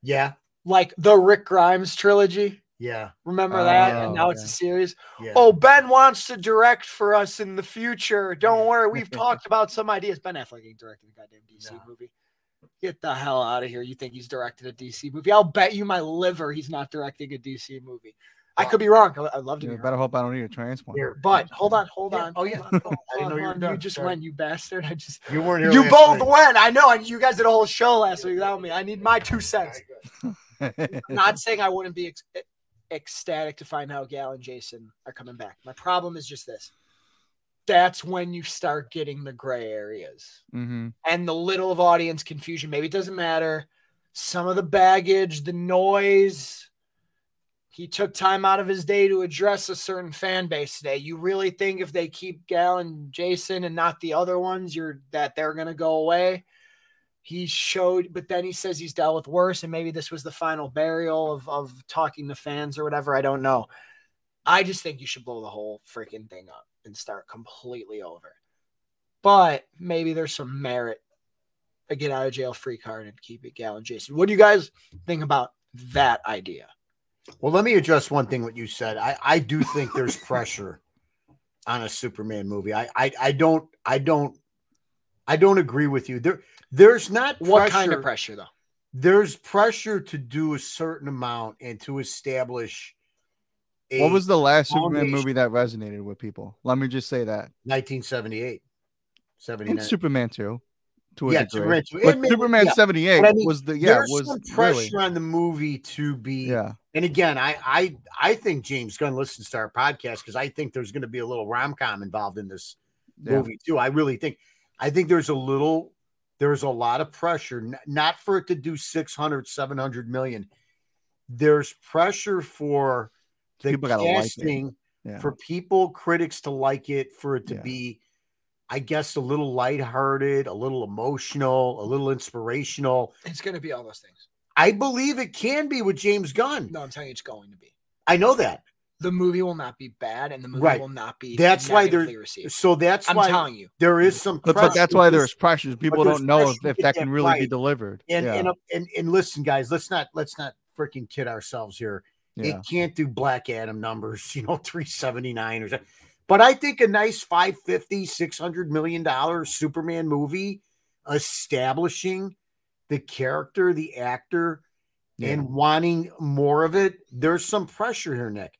Yeah.
like the rick grimes trilogy
Yeah.
remember that
Oh,
and now it's
yeah.
a series
Yeah.
Oh, Ben wants to direct for us in the future. Don't
Yeah.
worry,
<laughs>
we've talked about some ideas. Ben Affleck ain't directing a goddamn DC
Nah.
movie. Get the hell out of here. You think he's directed a DC movie? I'll bet you my liver he's not directing a DC movie. I could be wrong. I- I'd love to
Yeah,
be wrong.
better hope I don't need a transplant. <laughs>
Here,
But hold on, hold
Yeah.
on.
Oh, yeah.
hold on, hold
I didn't know
on,
you were
hold on.
done.
just
Sorry.
went, you bastard. I just
you weren't here.
you
last
both
night.
went. I know, and you guys did a whole show last week without me. I need my two cents. not saying I wouldn't be ec- ecstatic to find how Gal and Jason are coming back. My problem is just this. That's when you start getting the gray areas
hmm
and the little of audience confusion. Maybe it doesn't matter. Some of the baggage, the noise. He took time out of his day to address a certain fan base today. You really think if they keep Gal and Jason and not the other ones, you're that they're gonna go away? He showed, but then he says he's dealt with worse, and maybe this was the final burial of of talking to fans or whatever. I don't know. I just think you should blow the whole freaking thing up and start completely over. But maybe there's some merit a get out of jail free card and keep it Gal and Jason. What do you guys think about that idea?
Well, let me address one thing what you said. I, I do think there's pressure on a Superman movie. I, I I don't I don't I don't agree with you. There there's not pressure.
What kind of pressure though?
There's pressure to do a certain amount and to establish a
What was the last Superman
Foundation.
movie that resonated with people? Let me just say that.
1978
And
79.
Superman 2 to a
Yeah,
degree.
Superman two.
But
And maybe-
Superman
yeah.
78
But I mean,
was the yeah,
there's
was
some pressure
really
on the movie to be
yeah.
And again, I I I think James Gunn listens to our podcast because I think there's going to be a little rom com involved in this
Yeah.
movie too. I really think I think there's a little there's a lot of pressure n- not for it to do 600 700 million. There's pressure for the
People gotta like it.
casting
Yeah.
for people critics to like it for it to
Yeah.
be I guess a little lighthearted, a little emotional, a little inspirational.
It's going to be all those things.
I believe it can be with James Gunn.
No, I'm telling you, it's going to be.
I know that.
the movie will not be bad and the movie
Right.
will not be
That's why they're-
negatively received.
So that's
I'm
why
telling you.
there is some.
But,
pressure
but that's why
because-
there's pressures. People
there's
don't know if,
pressure
if
to
that
get
can
that
really be
right.
delivered.
and
yeah.
and, and and listen, guys, let's not let's not freaking kid ourselves here.
yeah.
It can't do Black Adam numbers, <laughs> you know, 379 or something. But I think a nice 550, 600 million dollar Superman movie establishing the character, the actor,
Yeah.
and wanting more of it. There's some pressure here, Nick.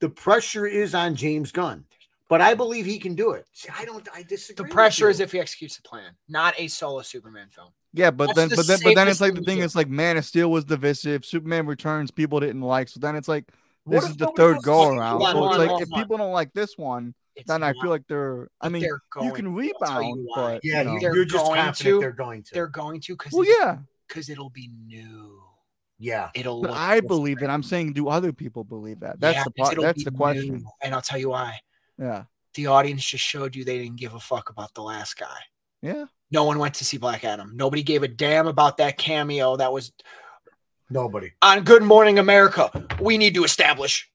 The pressure is on James Gunn, but I believe he can do it. See, I don't, I
The
disagree. with
pressure
you.
is if he executes the plan, not a solo Superman film.
Yeah, but
That's
then,
the
but then, but then
safest
it's like the
thing
thing.
to
It's like Man of Steel was divisive. Superman Returns, people didn't like. So then it's like
What
this
if
is the
nobody
third
else
go
wants to
around.
do
One,
So it's
one,
like
one,
if
one.
people don't like this one,
It's
then I
not
feel like they're. I
what
mean,
they're going,
you can
I'll tell you
rebound,
why.
but
Yeah,
you
you
know.
They're
you're just
going
confident
to-
they're going to.
they're going to because
well, yeah.
because it'll be new.
yeah.
It'll.
But
look
I believe it.
different.
I'm saying, do other people believe that? That's
Yeah,
the
'cause
part.
it'll
That's
be
the question.
new. And I'll tell you why.
Yeah,
The audience just showed you they didn't give a fuck about the last guy.
yeah.
No one went to see Black Adam. Nobody gave a damn about that cameo that was
Nobody.
on Good Morning America. We need to establish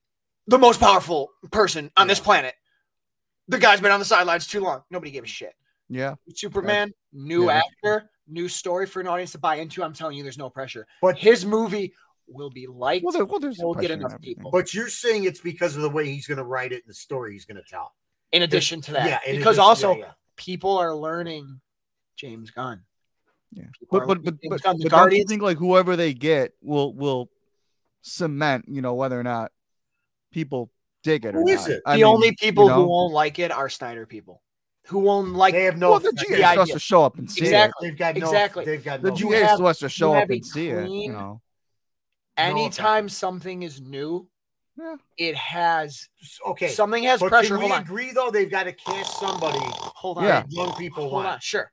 the most powerful person on this
Yeah.
planet. The guy's been on the sidelines too long. Nobody gave a shit.
Yeah,
Superman, new
yeah.
actor, new story for an audience to buy into. I'm telling you, there's no pressure.
But-
But his movie will be liked.
well, there, well there's
We'll get
pressure and
enough
everything.
people.
But you're saying it's because of the way he's going to write it and the story he's going to tell.
in addition to that,
yeah, and it
because
is-
also
yeah, yeah.
people are learning James Gunn.
Yeah.
People
But
are
but but
learning James
but,
Gunn.
but
The
don't you
Guardians-
think like whoever they get will will cement, you know, whether or not people dig it or
Who is
not.
it?
I
the
mean,
only people
you know,
who won't like it are Snyder people, who won't like
they have no.
well, the
effect.
the
GA
idea.
supposed to show up and see
Exactly.
They've got no.
Exactly.
They've got
it. The
no.
you
GA is
have-
supposed to show
you
up
have a
and see it. You
clean-
know,
anytime something is new,
Yeah.
it has
okay.
something has
but
pressure.
Can
Hold
we
on,
agree though? They've got to cast somebody.
hold on,
Yeah.
Young people
hold on.
want.
Sure.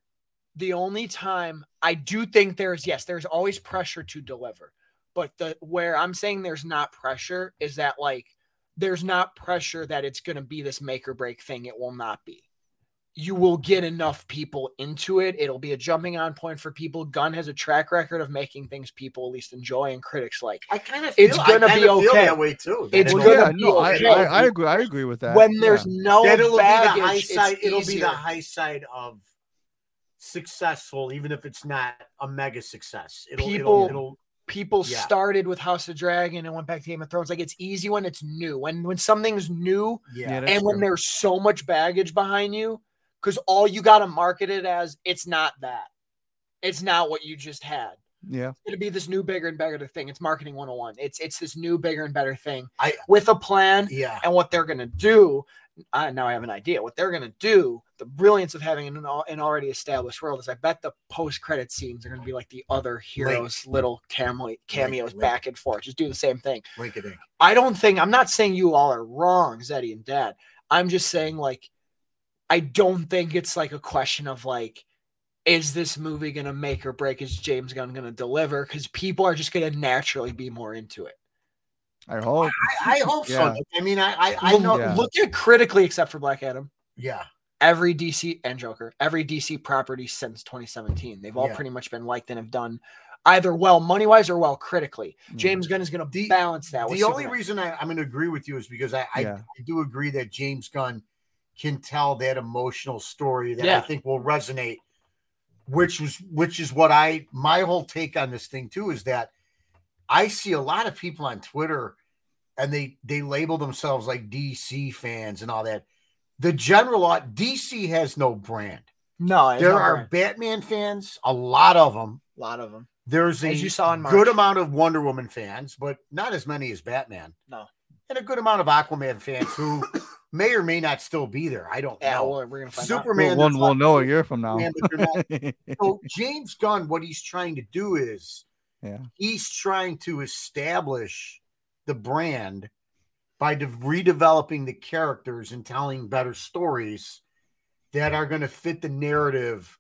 The only time I do think there's yes, there's always pressure to deliver, but the where I'm saying there's not pressure is that like there's not pressure that it's going to be this make or break thing. It will not be. You will get enough people into it. It'll be a jumping on point for people. Gunn has a track record of making things people at least enjoy and critics like.
I kind of.
It's gonna
I kinda
be
feel
okay.
that way too.
It's
That
well,
it'll-
gonna
yeah,
be
no, I,
okay.
I I agree. I agree with that.
when
Yeah.
there's no
that it'll be
baggage,
the high side.
it's
It'll be the
easier.
high side of successful, even if it's not a mega success. It'll,
People-
It'll, it'll,
people
Yeah.
started with House of Dragon and went back to Game of Thrones. Like it's easy when it's new. When when something's new
yeah.
Yeah,
and
that's
when
true.
there's so much baggage behind you, because all you gotta market it as it's not that. It's not what you just had.
yeah,
It's gonna be this new, bigger and better thing. It's marketing 101. It's it's this new, bigger and better thing
I-
with a plan
yeah.
and what they're gonna do. I, now I have an idea what they're gonna do. The brilliance of having an, al- an already established world is I bet the post credit scenes are gonna be like the other heroes' little cameo, cameos
link.
back and forth. Just do the same thing.
Link it in.
I don't think I'm not saying you all are wrong, Zeddy and Dad. I'm just saying like I don't think it's like a question of like is this movie gonna make or break? Is James Gunn gonna deliver? Because people are just gonna naturally be more into it.
I hope.
Ah,
I, I hope
Yeah.
so. Nick. I mean, I, I, I know.
Yeah.
Look at it critically, except for Black Adam.
Yeah.
every DC and Joker, every DC property since 2017. They've all
Yeah.
pretty much been liked and have done either well money wise or well critically. James Gunn is going to
Hmm. The-
balance that. with
the only
Superman.
reason I, I'm going to agree with you is because I, I,
Yeah.
I do agree that James Gunn can tell that emotional story that I
Yeah.
think will resonate, which was which is what I my whole take on this thing too is that I see a lot of people on Twitter and they they label themselves like DC fans and all that. The general au- DC has no brand.
no, there's
there
no
are
brand.
Batman fans, a lot of them.
a lot of them,
There's a
as you saw in March.
good amount of Wonder Woman fans, but not as many as Batman.
No.
And a good amount of Aquaman fans
<coughs>
who may or may not still be there. I don't
yeah,
know.
well, we're gonna find out.
We'll,
Superman.
we'll,
there's
we'll
lots
know a
of
year from now. <laughs>
Superman, but they're not-
yeah,
so James Gunn, what he's trying to do is he's trying to establish the brand by de- redeveloping the characters and telling better stories that are going to fit the narrative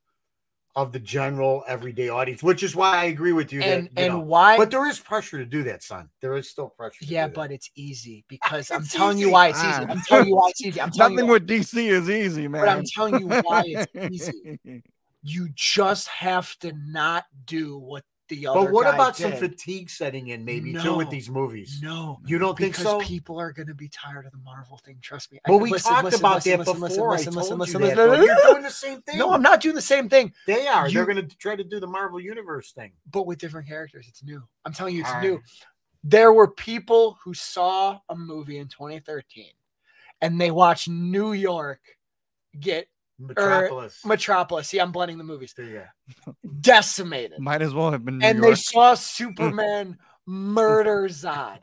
of the general everyday audience, which is why I agree with you.
And
that, you
and
know,
why?
but there is pressure to do that, son. There is still pressure.
<laughs>
to
yeah,
do that.
but it's easy
<laughs>
because I'm
It's
telling you
easy.
why it's easy.
Ah.
I'm telling you why it's
<laughs>
easy. I'm telling
Nothing
you,
with DC is easy, man.
but I'm
<laughs>
<laughs>
telling you why it's easy. You just have to not do what the other.
But what
guy
about some
did.
fatigue setting in maybe too with
No.
these movies?
No,
You don't think
because
so?
people are going to be tired of the Marvel thing. Trust me. I-
But we
listen,
talked
listen,
about
listen,
that
listen, listen,
before.
listen,
I
listen,
told
listen,
you
listen,
that,
listen.
bro. You're doing the
<laughs>
same thing.
No, I'm not doing the same thing,
They are.
You-
They're going to try to do the Marvel Universe thing.
but with different characters. It's new. I'm telling you, it's
All
new.
right.
There were people who saw a movie in 2013, and they watched New York get
Metropolis.
Metropolis. See, I'm blending the movies. <laughs>
There you go.
Decimated,
Might as well have been New
and they
York. <laughs>
saw
<laughs>
Superman murder Zod.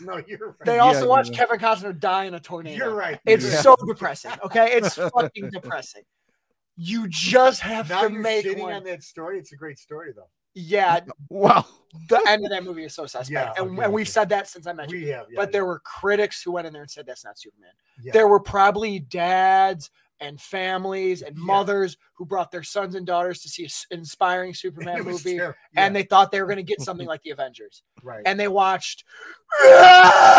no, you're right.
They
Yeah,
also
yeah,
watched
yeah.
Kevin Costner die in a tornado.
You're right.
It's
Yeah.
so depressing. Okay, it's
<laughs>
fucking depressing. You just have
now
to
you're
make
shitting
one.
on that story. It's a great story though. <laughs>
yeah,
wow.
the <laughs> end of that movie is so suspect, and,
Yeah, okay,
and we've
okay.
said that since I mentioned.
We have, yeah,
but there were critics who went in there and said that's not Superman.
yeah.
There were probably dads and families and
Yeah.
mothers who brought their sons and daughters to see an inspiring Superman
<laughs> <laughs> It was
movie,
terrible.
and they thought they were going to get
<laughs>
something like the Avengers,
Yeah, right.
and they watched <laughs>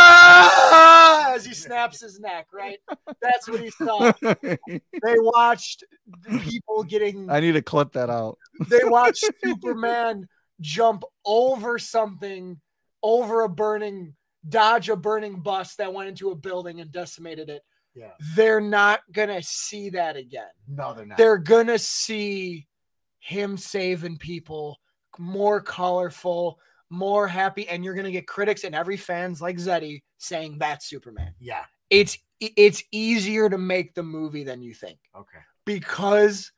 as he snaps his neck. Right, that's what he
<laughs>
saw. They watched people
<laughs>
getting.
I need to clip that out.
They watched Superman jump over something, over a burning, dodge a burning bus that went into a building and decimated it.
yeah.
They're not gonna see that again.
No, they're not.
They're gonna see him saving people, more colorful, more happy, and you're gonna get critics and every fans like Zeddy saying that's Superman.
yeah.
It's it's easier to make the movie than you think
Okay.
because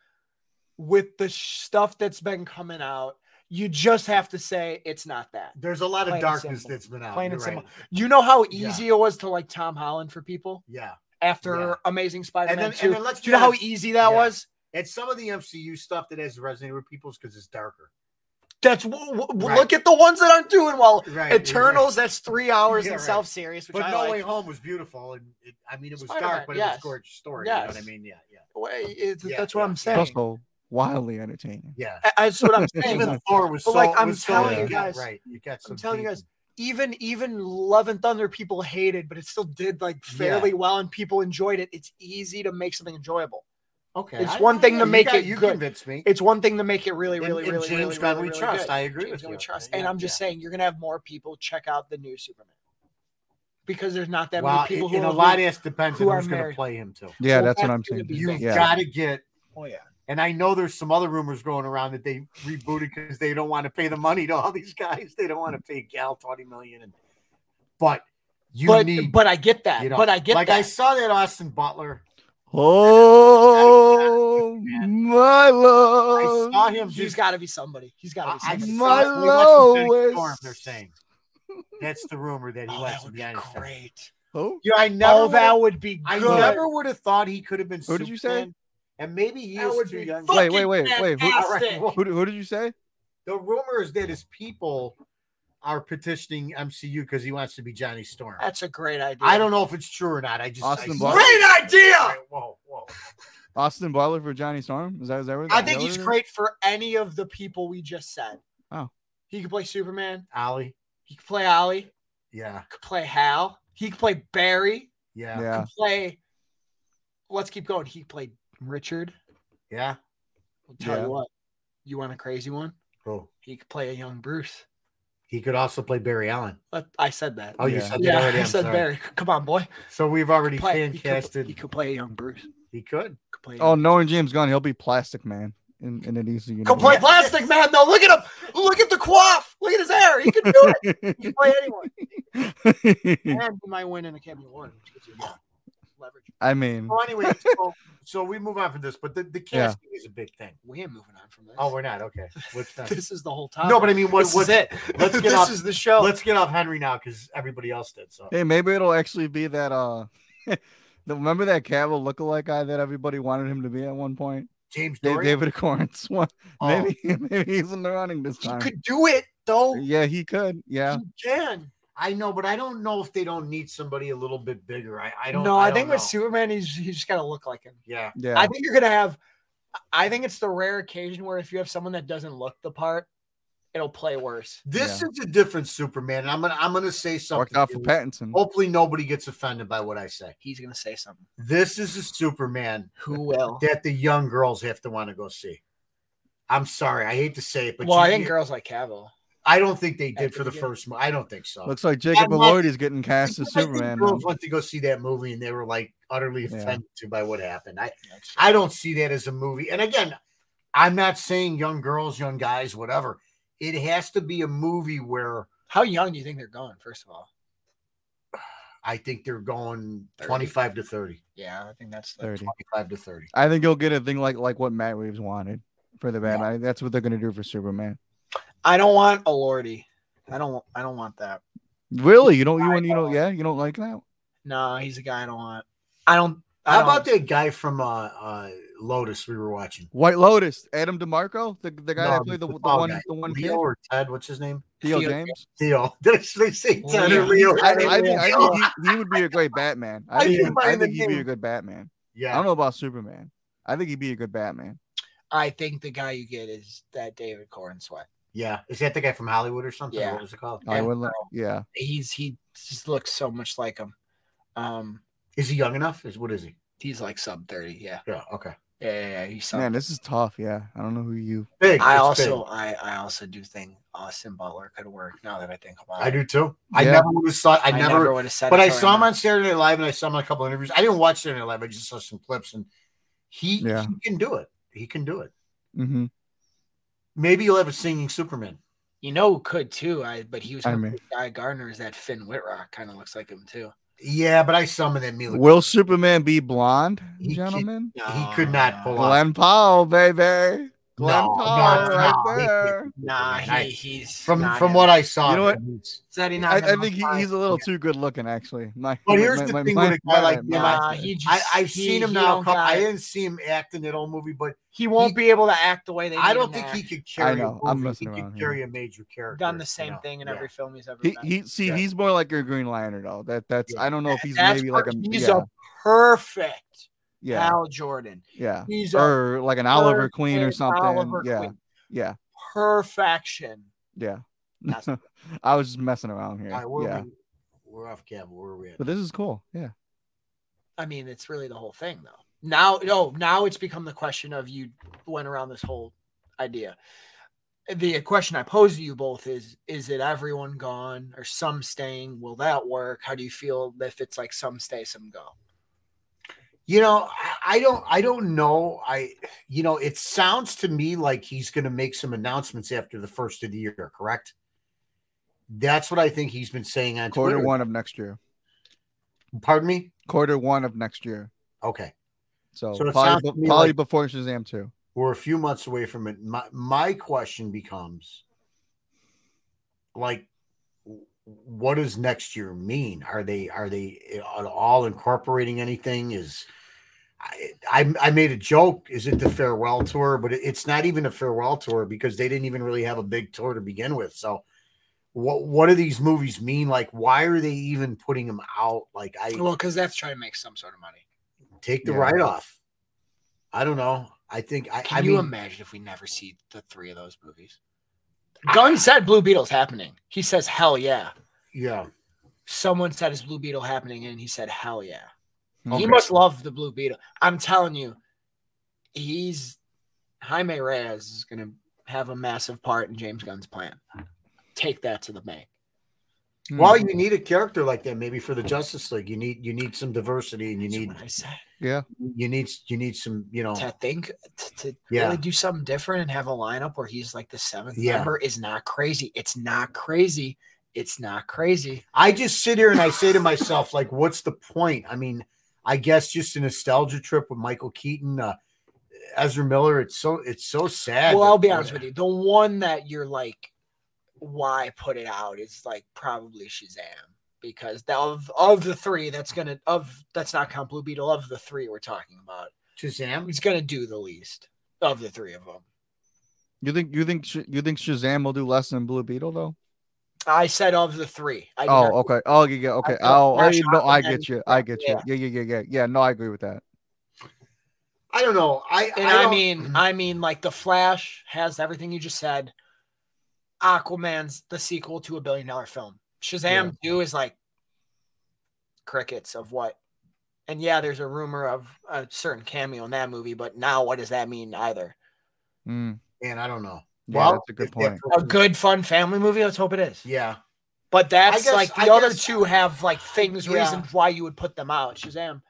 with the sh- stuff that's been coming out, you just have to say it's not that.
There's a lot of
Plain and
darkness
simple.
that's been out.
Plain
You're
and
right.
simple. You know how
Yeah.
easy it was to like Tom Holland for people
Yeah.
after
Yeah.
Amazing
And
Spider-Man
then,
2.
and then let's
Do
be
you know how e
honest,
easy that
Yeah.
was?
it's some of the MCU stuff that has resonated with people because it's darker.
That's w- w-
Right.
look at the ones that aren't doing well.
Right.
Eternals, that's three hours
Yeah,
and
right.
self-serious, which
But
I
No
like.
Way Home was beautiful, and it, I mean it was
Spider-Man,
dark, but it was
yes.
a gorgeous story. You know what I
Yes.
mean? Yeah, yeah,
Wa- it's-
Yeah,
that's what
yeah,
I'm
yeah.
saying.
Also, wildly entertaining.
yeah.
I- That's
<laughs>
what I'm saying.
Even Thor was
But,
so.
like, I'm
was so-
telling you
yeah,
guys-
right? You got some.
telling you
deep-
guys, even even Love and Thunder people hated, but it still did like fairly well, and people enjoyed it. It's easy to make something enjoyable.
Okay,
it's
I-
one thing to
you
make
got-
it
You
good.
convinced me.
It's one thing to make it really,
And-
really,
and
really,
James
really,
Gunn,
really,
we
really
trust.
good.
I agree
James
with
Gunn,
you.
we trust.
Yeah,
and I'm just
yeah.
saying, you're gonna have more people check out the new Superman because there's not that
Well,
many people
it-
who
and
are
a lot of this depends
who
on
are
who's going to
married.
play him too.
Yeah,
Well,
that's what
that's
I'm
gonna
saying.
be
You've
Exactly.
Yeah.
got to get.
oh yeah,
And I know there's some other rumors going around that they rebooted because they don't want to pay the money to all these guys. They don't want to pay Gal twenty million. And but you
but
need.
but I get that.
you know,
but I get
like
that.
I saw that Austin Butler.
Oh, my
I
love.
saw him
He's
just.
got to be somebody. He's got to
I,
be
I
somebody.
My
saw him- he wants to finish
Lois.
Storm, They're saying that's the rumor that he
oh,
wants
that
to
would
be
be
on. his team.
great.
Who?
You know, I
No,
never.
oh,
would've-
that would be
I
good.
never would have thought he could have been.
Who did you say?
Superman, And maybe he
That
is
would
too
be
young.
Wait,
fucking
wait, wait, wait. Who,
fantastic.
<laughs> All right,
who, who did you say?
The rumor is that his people are petitioning MCU because he wants to be Johnny Storm.
That's a great idea.
I don't know if it's true or not. I just
Austin
I,
Butler.
Great idea.
Whoa, whoa.
Austin Butler for Johnny Storm? Is that, is that what
I
is
think
that
he's
what it is?
great for any of the people we just said.
Oh.
He could play Superman.
Ollie.
He could play Ollie.
Yeah,
Could play Hal. He could play Barry.
yeah, yeah.
Yeah.
Could play. Let's keep going. He played Richard. I'll tell
Yeah.
you what. You want a crazy one?
Cool.
He could play a young Bruce.
Oh, He could also play Barry Allen.
Let, I said that.
Oh, you
Yeah.
said that
yeah,
already.
I
I'm
said
sorry.
Barry. Come on, boy.
So we've already
Play-
fan
he, could,
casted.
he could play a young Bruce.
He could.
Could play a
Oh, knowing James Gunn, he'll be Plastic Man in, in the DC universe.
Go play Plastic Man though. Look at him. Look at the quaff. Look at his hair. He can do it. He can play anyone.
Hmm.
<laughs> And he might win an Academy Award, which gives you more leverage.
<laughs> I mean,
Well, <laughs> anyway, so, so we move on from this, but the, the casting is a big thing.
We ain't moving on from this.
Oh, we're not okay. <laughs> What's that?
this is the whole time.
no, but I mean, what,
this
what's
is it.
<laughs> let's get
this
off-
is the show.
Let's get off Henry now because everybody else did. So
hey, maybe it'll actually be that. uh <laughs> the, Remember that Cavill lookalike guy that everybody wanted him to be at one point?
James
Da-
Dory.
David <laughs> Corns one.
Oh.
Maybe, maybe he's in the running this
he
time.
could do it though.
Yeah, he could. Yeah.
He can.
I know, but I don't know if they don't need somebody a little bit bigger. I, I don't.
no, I, think
don't
with
know.
Superman, he's he's just gotta look like him.
Yeah,
Yeah.
I think you're gonna have. I think it's the rare occasion where if you have someone that doesn't look the part, it'll play worse.
this is a different Superman. And I'm gonna I'm gonna say
Worked
something.
out for
here.
Pattinson.
Hopefully, nobody gets offended by what I say.
He's gonna say something.
This is a Superman
Who will?
that the young girls have to want to go see. I'm sorry, I hate to say it, but
well,
you-
I think
you-
girls like Cavill.
I don't think they
At
did
the
for the
beginning.
first movie. I don't think so.
Looks like Jacob
I'm not-
Elordi's getting cast as
I think
Superman.
Girls
man.
went to go see that movie and they were like utterly
Yeah.
offended to by what happened. I I don't see that as a movie. And again, I'm not saying young girls, young guys, whatever. It has to be a movie where
How young do you think they're going? First of all,
I think they're going
30.
25 to 30.
yeah, I think that's the,
Thirty.
25 to 30.
I think you'll get a thing like like what Matt Reeves wanted for the Batman. I, that's what they're gonna do for Superman.
I don't want a lordy. I don't. I don't want that.
Really? You don't? You
I
want? You don't?
don't.
Yeah? You don't like that?
No, he's a guy I don't want. I don't. I
How
don't-
about that guy from uh, uh, Lotus we were watching?
White Lotus, Adam DeMarco, the, the guy
No,
that played the,
the
the
small
one
guy.
the one kid,
Leo or Ted? What's his name?
Theo
Theo
James.
Theo. <laughs> Did I say Ted or
Leo.
Leo?
I, I think, I
Leo.
think he, he would be a great Batman. I
I
think,
can't
he-
find
I
the
think he'd be
name.
a good Batman. I
Yeah.
don't know about Superman. I think he'd be a good Batman.
I think the guy you get is that David Corn Sweat.
Yeah. Is that the guy from Hollywood or something?
Yeah.
What was it called?
I
Yeah.
would like, yeah.
He's he just looks so much like him. Um,
Is he young enough? Is what is he?
he's like sub thirty. Yeah,
Yeah. Okay.
yeah, yeah. yeah, he's sub.
Man, this is tough. Yeah. I don't know who you.
Big.
I
it's
also
big.
I I also do think Austin Butler could work. Now that I think about it,
I do too. I
Yeah.
never would have saw. I,
I
never.
never, would have said.
but
it
I
till
saw him
now.
on Saturday Night Live, and I saw him on a couple of interviews. I didn't watch Saturday Night Live. I just saw some clips, and he,
Yeah.
he can do it. He can do it.
Mm-hmm.
Maybe you'll have a singing Superman.
You know, who could too. I but he was
I
gonna
mean-
put Guy Gardner is that Finn Whitrock kind of looks like him too.
Yeah, but I summon that Mila.
Will Superman be blonde,
He can't-
gentlemen?
he could not pull off.
Glenn Powell, baby.
No,
Glenn
no,
Powell,
no,
right
no.
there.
Nah,
Man, I-
he, he's
From from what I saw,
You know what?
he's-
said, he not
I,
him
I
on
think he,
fire?
he's a little too good looking, actually. My,
But here's the thing with a guy like him,
Nah, he just,
I, I've
he-
seen him
he
now.
don't
a couple- I
got it.
didn't see him act in that old movie, but
He won't
he-
be able to act the way they.
I
need
don't
him
think
to
he
act.
could carry.
know,
A
I'm
movie.
messing
He
around
could
here.
carry a major character.
done the
you
same
know?
thing in
Yeah.
every film he's ever
he,
done.
he see
Yeah.
he's more like your Green Lantern though. That that's
Yeah.
I don't know if he's
That's
maybe like a
per- he's
yeah
a perfect
yeah
Al Jordan.
yeah
He's a
or like an Oliver Queen or
perfect
something.
Oliver
yeah
Queen.
yeah
perfection.
yeah.
That's-
<laughs> I was just messing around here.
All right, where
yeah,
are we, we're off camera. Where are we at?
but this is cool. Yeah,
I mean, it's really the whole thing, though. Now, no, now it's become the question of you went around this whole idea. The question I pose to you both is: Is it everyone gone or some staying? Will that work? How do you feel if it's like some stay, some go?
You know, I, I don't I don't know. I you know, it sounds to me like he's gonna make some announcements after the first of the year, correct? That's what I think he's been saying on
quarter
Twitter.
one of next year.
Pardon me?
Quarter one of next year.
Okay.
So,
So it sounds
probably,
to me
probably
like-
before Shazam two.
We're a few months away from it. My my question becomes like what does next year mean? Are they are they at all incorporating anything? Is I, I I made a joke. Is it the farewell tour? But it- it's not even a farewell tour because they didn't even really have a big tour to begin with. So, what what do these movies mean? Like, why are they even putting them out? Like, I
Well, because that's trying to make some sort of money.
take the
Yeah.
write off. I don't know. I think I.
Can
I
you
mean,
imagine if we never see the three of those movies? Gunn said Blue Beetle's happening. He says, "Hell yeah."
yeah.
Someone said, "Is Blue Beetle happening?" And he said, "Hell yeah."
Okay.
He must love the Blue Beetle. I'm telling you, he's Jaime Reyes is going to have a massive part in James Gunn's plan. Take that to the bank.
Hmm.
Well,
Hmm.
you need a character like that maybe for the Justice League. You need you need some diversity, and you
That's
need
what I said.
yeah,
you need you need some you know.
To think to, to
Yeah.
really do something different and have a lineup where he's like the seventh
Yeah.
member is not crazy. It's not crazy. It's not crazy.
I just sit here and I say to myself, like, what's the point? I mean, I guess just a nostalgia trip with Michael Keaton, uh, Ezra Miller. It's so it's so sad.
Well, I'll be honest with you. The one that you're like, why put it out is like probably Shazam because the, of of the three that's gonna of that's not count Blue Beetle of the three we're talking about.
Shazam.
He's gonna do the least of the three of them.
you think you think Sh- you think Shazam will do less than Blue Beetle though?
I said of the three. I did
Oh,
not-
okay. Oh, yeah, yeah, okay.
I
Oh,
thought
I,
Flash
no, I
Thompson-
get you. I get you. Yeah, yeah, yeah, yeah. Yeah, no, I agree with that.
I don't know. I
And
I,
I,
don't- Mhm.
mean, I mean, like the Flash has everything you just said. Aquaman's the sequel to a billion dollar film. Shazam 2 is like crickets of what? And yeah, there's a rumor of a certain cameo in that movie, but now what does that mean either?
Mm.
and I don't know.
Yeah,
Well,
that's a good
if they're
point.
A good, fun family movie. Let's hope it is.
Hmm. Yeah.
But that's
I guess-
like the
I
other
guess-
two have like things,
Yeah.
reasons why you would put them out. Shazam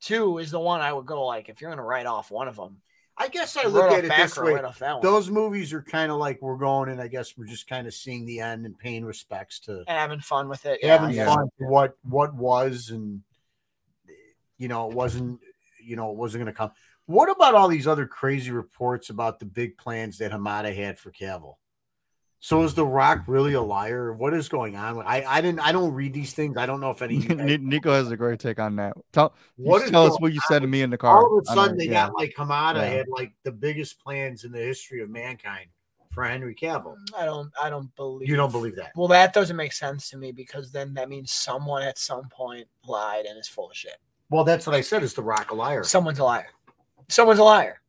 two is the one I would go like if you're gonna write off one of them.
I guess I look at it this way.
right off that one.
Those movies are kind of like we're going, and I guess we're just kind of seeing the end and paying respects to
and having fun with it.
having
yeah.
fun with what what was, and you know, it wasn't you know, it wasn't going to come. What about all these other crazy reports about the big plans that Hamada had for Cavill? So is The Rock really a liar? What is going on? I I didn't I don't read these things. I don't know if
<laughs>
any. of you guys-
Nico has a great take on that. Tell, you
What is
tell us
going
what you said to me in the car.
all of a
I know,
sudden they
yeah.
got like Hamada
Yeah.
had like the biggest plans in the history of mankind for Henry Cavill.
Mm, I don't. I don't believe.
You don't believe that?
Well, that doesn't make sense to me because then that means someone at some point lied and is full of shit.
Well, that's what I said. Is the Rock a liar?
Someone's a liar. Someone's a liar,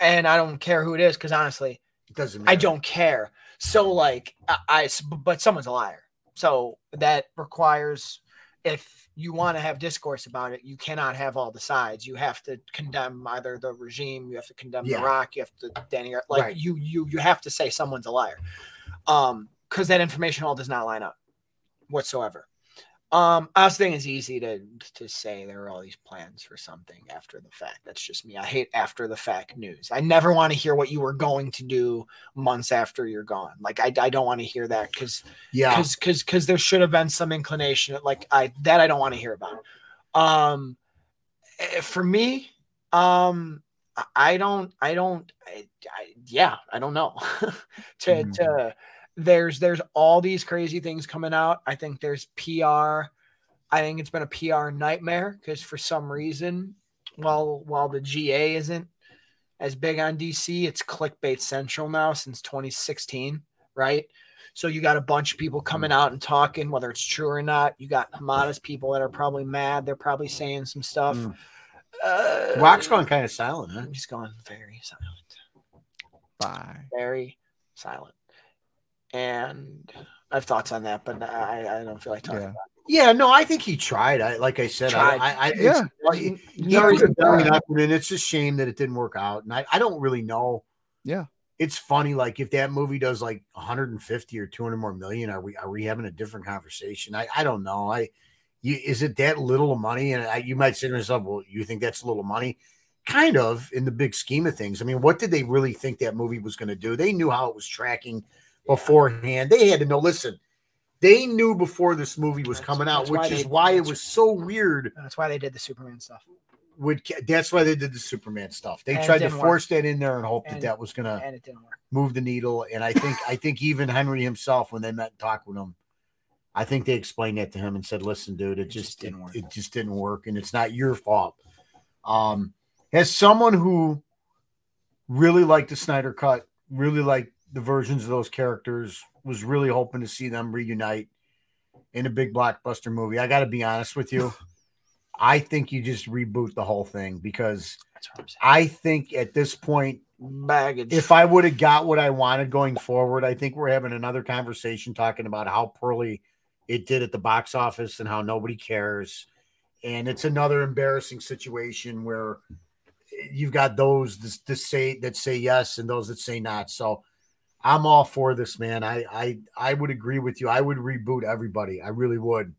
and I don't care who it is because honestly,
it doesn't. Matter.
I don't care. So like, I, I s- but someone's a liar. So that requires if you want to have discourse about it, you cannot have all the sides. You have to condemn either the regime, you have to condemn
Yeah.
the rock, you have to Danny Gar- like
Right.
you you you have to say someone's a liar. Um cuz that information all does not line up whatsoever. Um, I was thinking it's easy to to say there are all these plans for something after the fact. That's just me. I hate after the fact news. I never want to hear what you were going to do months after you're gone. Like I, I don't want to hear that because
Yeah.
because because because there should have been some inclination like i that i don't want to hear about um eh, for me um I- i don't i don't I, I, yeah i don't know <laughs> to
Mhm.
to there's there's all these crazy things coming out i think there's pr i think it's been a pr nightmare because for some reason while while the ga isn't as big on dc it's clickbait central now since 2016 right so you got a bunch of people coming out and talking, whether it's true or not. You got Hamada's people that are probably mad. They're probably saying some stuff.
Mm.
Uh,
Rock's going kind of silent, huh?
I'm just going very silent,
Bye.
very silent. And I have thoughts on that, but I, I don't feel like talking.
Yeah.
Yeah. No, I think he tried. I like I said.
Tried.
I, I, I it's-
Yeah.
like,
He's
he
already
could've done
done.
it up, and it's a shame that it didn't work out. And I, I don't really know.
Yeah.
It's funny, like if that movie does like 150 or 200 more million, are we are we having a different conversation? I, I don't know. I you is it that little of money? And I, you might say to yourself, well, you think that's a little money? Kind of in the big scheme of things. I mean, what did they really think that movie was going to do? They knew how it was tracking beforehand. They had to know. Listen, they knew before this movie was
That's-
coming out,
that's why
which is
they-
why it
that's-
was so weird
That's why they did the Superman stuff.
would ca- that's why they did the Superman stuff. They
And it
tried to
didn't work.
force that in there and hope that
And-
that was gonna
And it didn't work.
move the needle. And I think I think even Henry himself, when they met and talked with him, I think they explained that to him and said, "Listen, dude, it just didn't work. It just didn't work, and it's not your fault." Um, as someone who really liked the Snyder Cut, really liked the versions of those characters, was really hoping to see them reunite in a big blockbuster movie. I got to be honest with <laughs> you. I think you just reboot the whole thing because
That's what I'm saying.
I think at this point
Baggage.
if I would have got what I wanted going forward, I think we're having another conversation talking about how poorly it did at the box office and how nobody cares. And it's another embarrassing situation where you've got those that, that say that say yes and those that say not. So I'm all for this, man. I I I would agree with you. I would reboot everybody. I really would.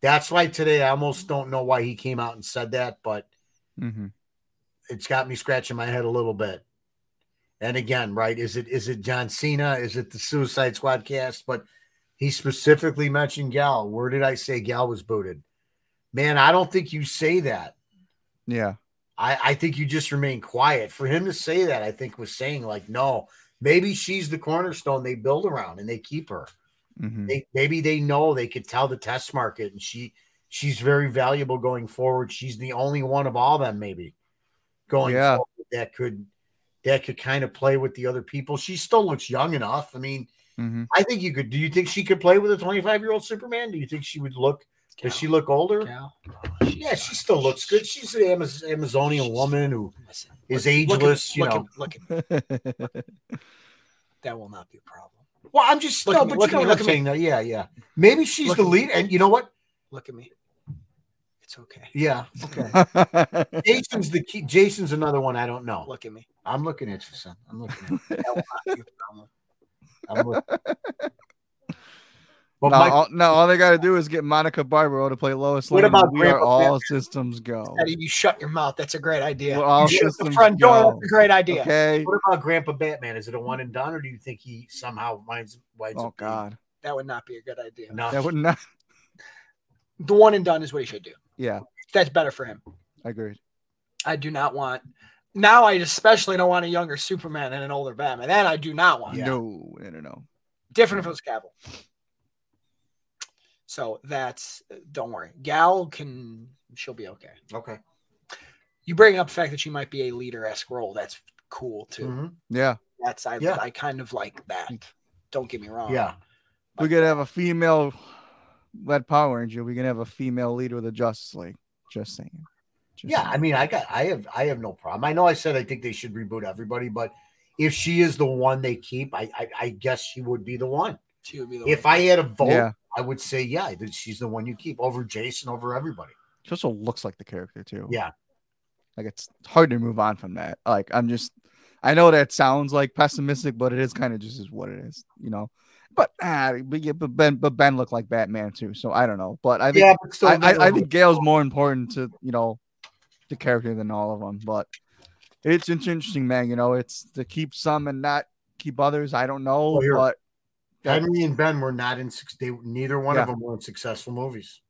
That's why today I almost don't know why he came out and said that, but
Mm-hmm.
it's got me scratching my head a little bit. And again, right? Is it is it John Cena? Is it the Suicide Squad cast? But he specifically mentioned Gal. Where did I say Gal was booted? Man, I don't think you say that.
Yeah.
I, I think you just remain quiet. For him to say that, I think was saying like, no, maybe she's the cornerstone they build around and they keep her.
Mm-hmm.
They, maybe they know they could tell the test market, and she she's very valuable going forward. She's the only one of all them, maybe going
Yeah.
forward that could that could kind of play with the other people. She still looks young enough. I mean,
Mm-hmm.
I think you could. Do you think she could play with a 25 year old Superman? Do you think she would look? Does she look older?
Cal.
Yeah, she still looks good. She's an Amaz- Amazonian woman who
Listen,
is
look at-
ageless. you
look
know.
at- Look at
Mm-hmm.
that will not be a problem.
well, I'm just
look
no,
at me,
but
look
you
at
know
me, look
what I'm
at me.
saying. though. Yeah, yeah. Maybe she's
Look
the
at me.
lead, and you know what?
Look at me. It's okay.
Yeah. Okay. Jason's the key. Jason's another one I don't know.
Look at me.
I'm looking at you, son. I'm looking. At you. I'm looking. But
no,
Mike,
all, no, all they got to do is get Monica Barbaro to play Lois
What
Lane. and
about
we are
Grandma
all systems go?
Eddie, you shut your mouth. That's a great idea.
We're all
you shut the
systems
front door.
go.
That's a great idea.
Okay.
what about Grandpa Batman? Is it a one and done, or do you think he somehow winds? winds
Oh
up being-
God,
That would not be a good idea.
No.
that would not.
The one and done is what he should do.
Yeah,
That's better for him.
agreed.
I do not want. Now I especially don't want a younger Superman and an older Batman. That I do not want.
Yeah.
No, no, no, no.
Different if it was Cavill. So that's don't worry. Gal can she'll be okay.
Okay.
You bring up the fact that she might be a leader esque role. That's cool too.
Mhm.
Yeah, Mm.
That's I
Yeah.
I kind of like that. Don't get me
Uh,
wrong.
Yeah.
we could have a female led Power Ranger. We can have a female leader of the Justice League. Just saying. Just
Yeah.
saying.
I mean, I got. I have. I have no problem. I know. I said I think they should reboot everybody, but if she is the one they keep, I I, I guess she would be the one.
She would be the
If
one.
I had a vote,
yeah,
I would say yeah. that She's the one you keep over Jason, over everybody.
she also looks like the character too.
Yeah.
like it's hard to move on from that. Like I'm just, I know that sounds like pessimistic, but it is kind of just is what it is, you know. But ah, but, yeah, but Ben, but Ben looked like Batman too, so I don't know. But I think
yeah, but still,
I, I, I think Gail's more important to you know the character than all of them. But it's, it's interesting, man. You know, it's to keep some and not keep others. I don't know,
Oh, you're-
but that-
Henry and Ben were not in. suc- They neither one
Yeah.
of them were in successful movies.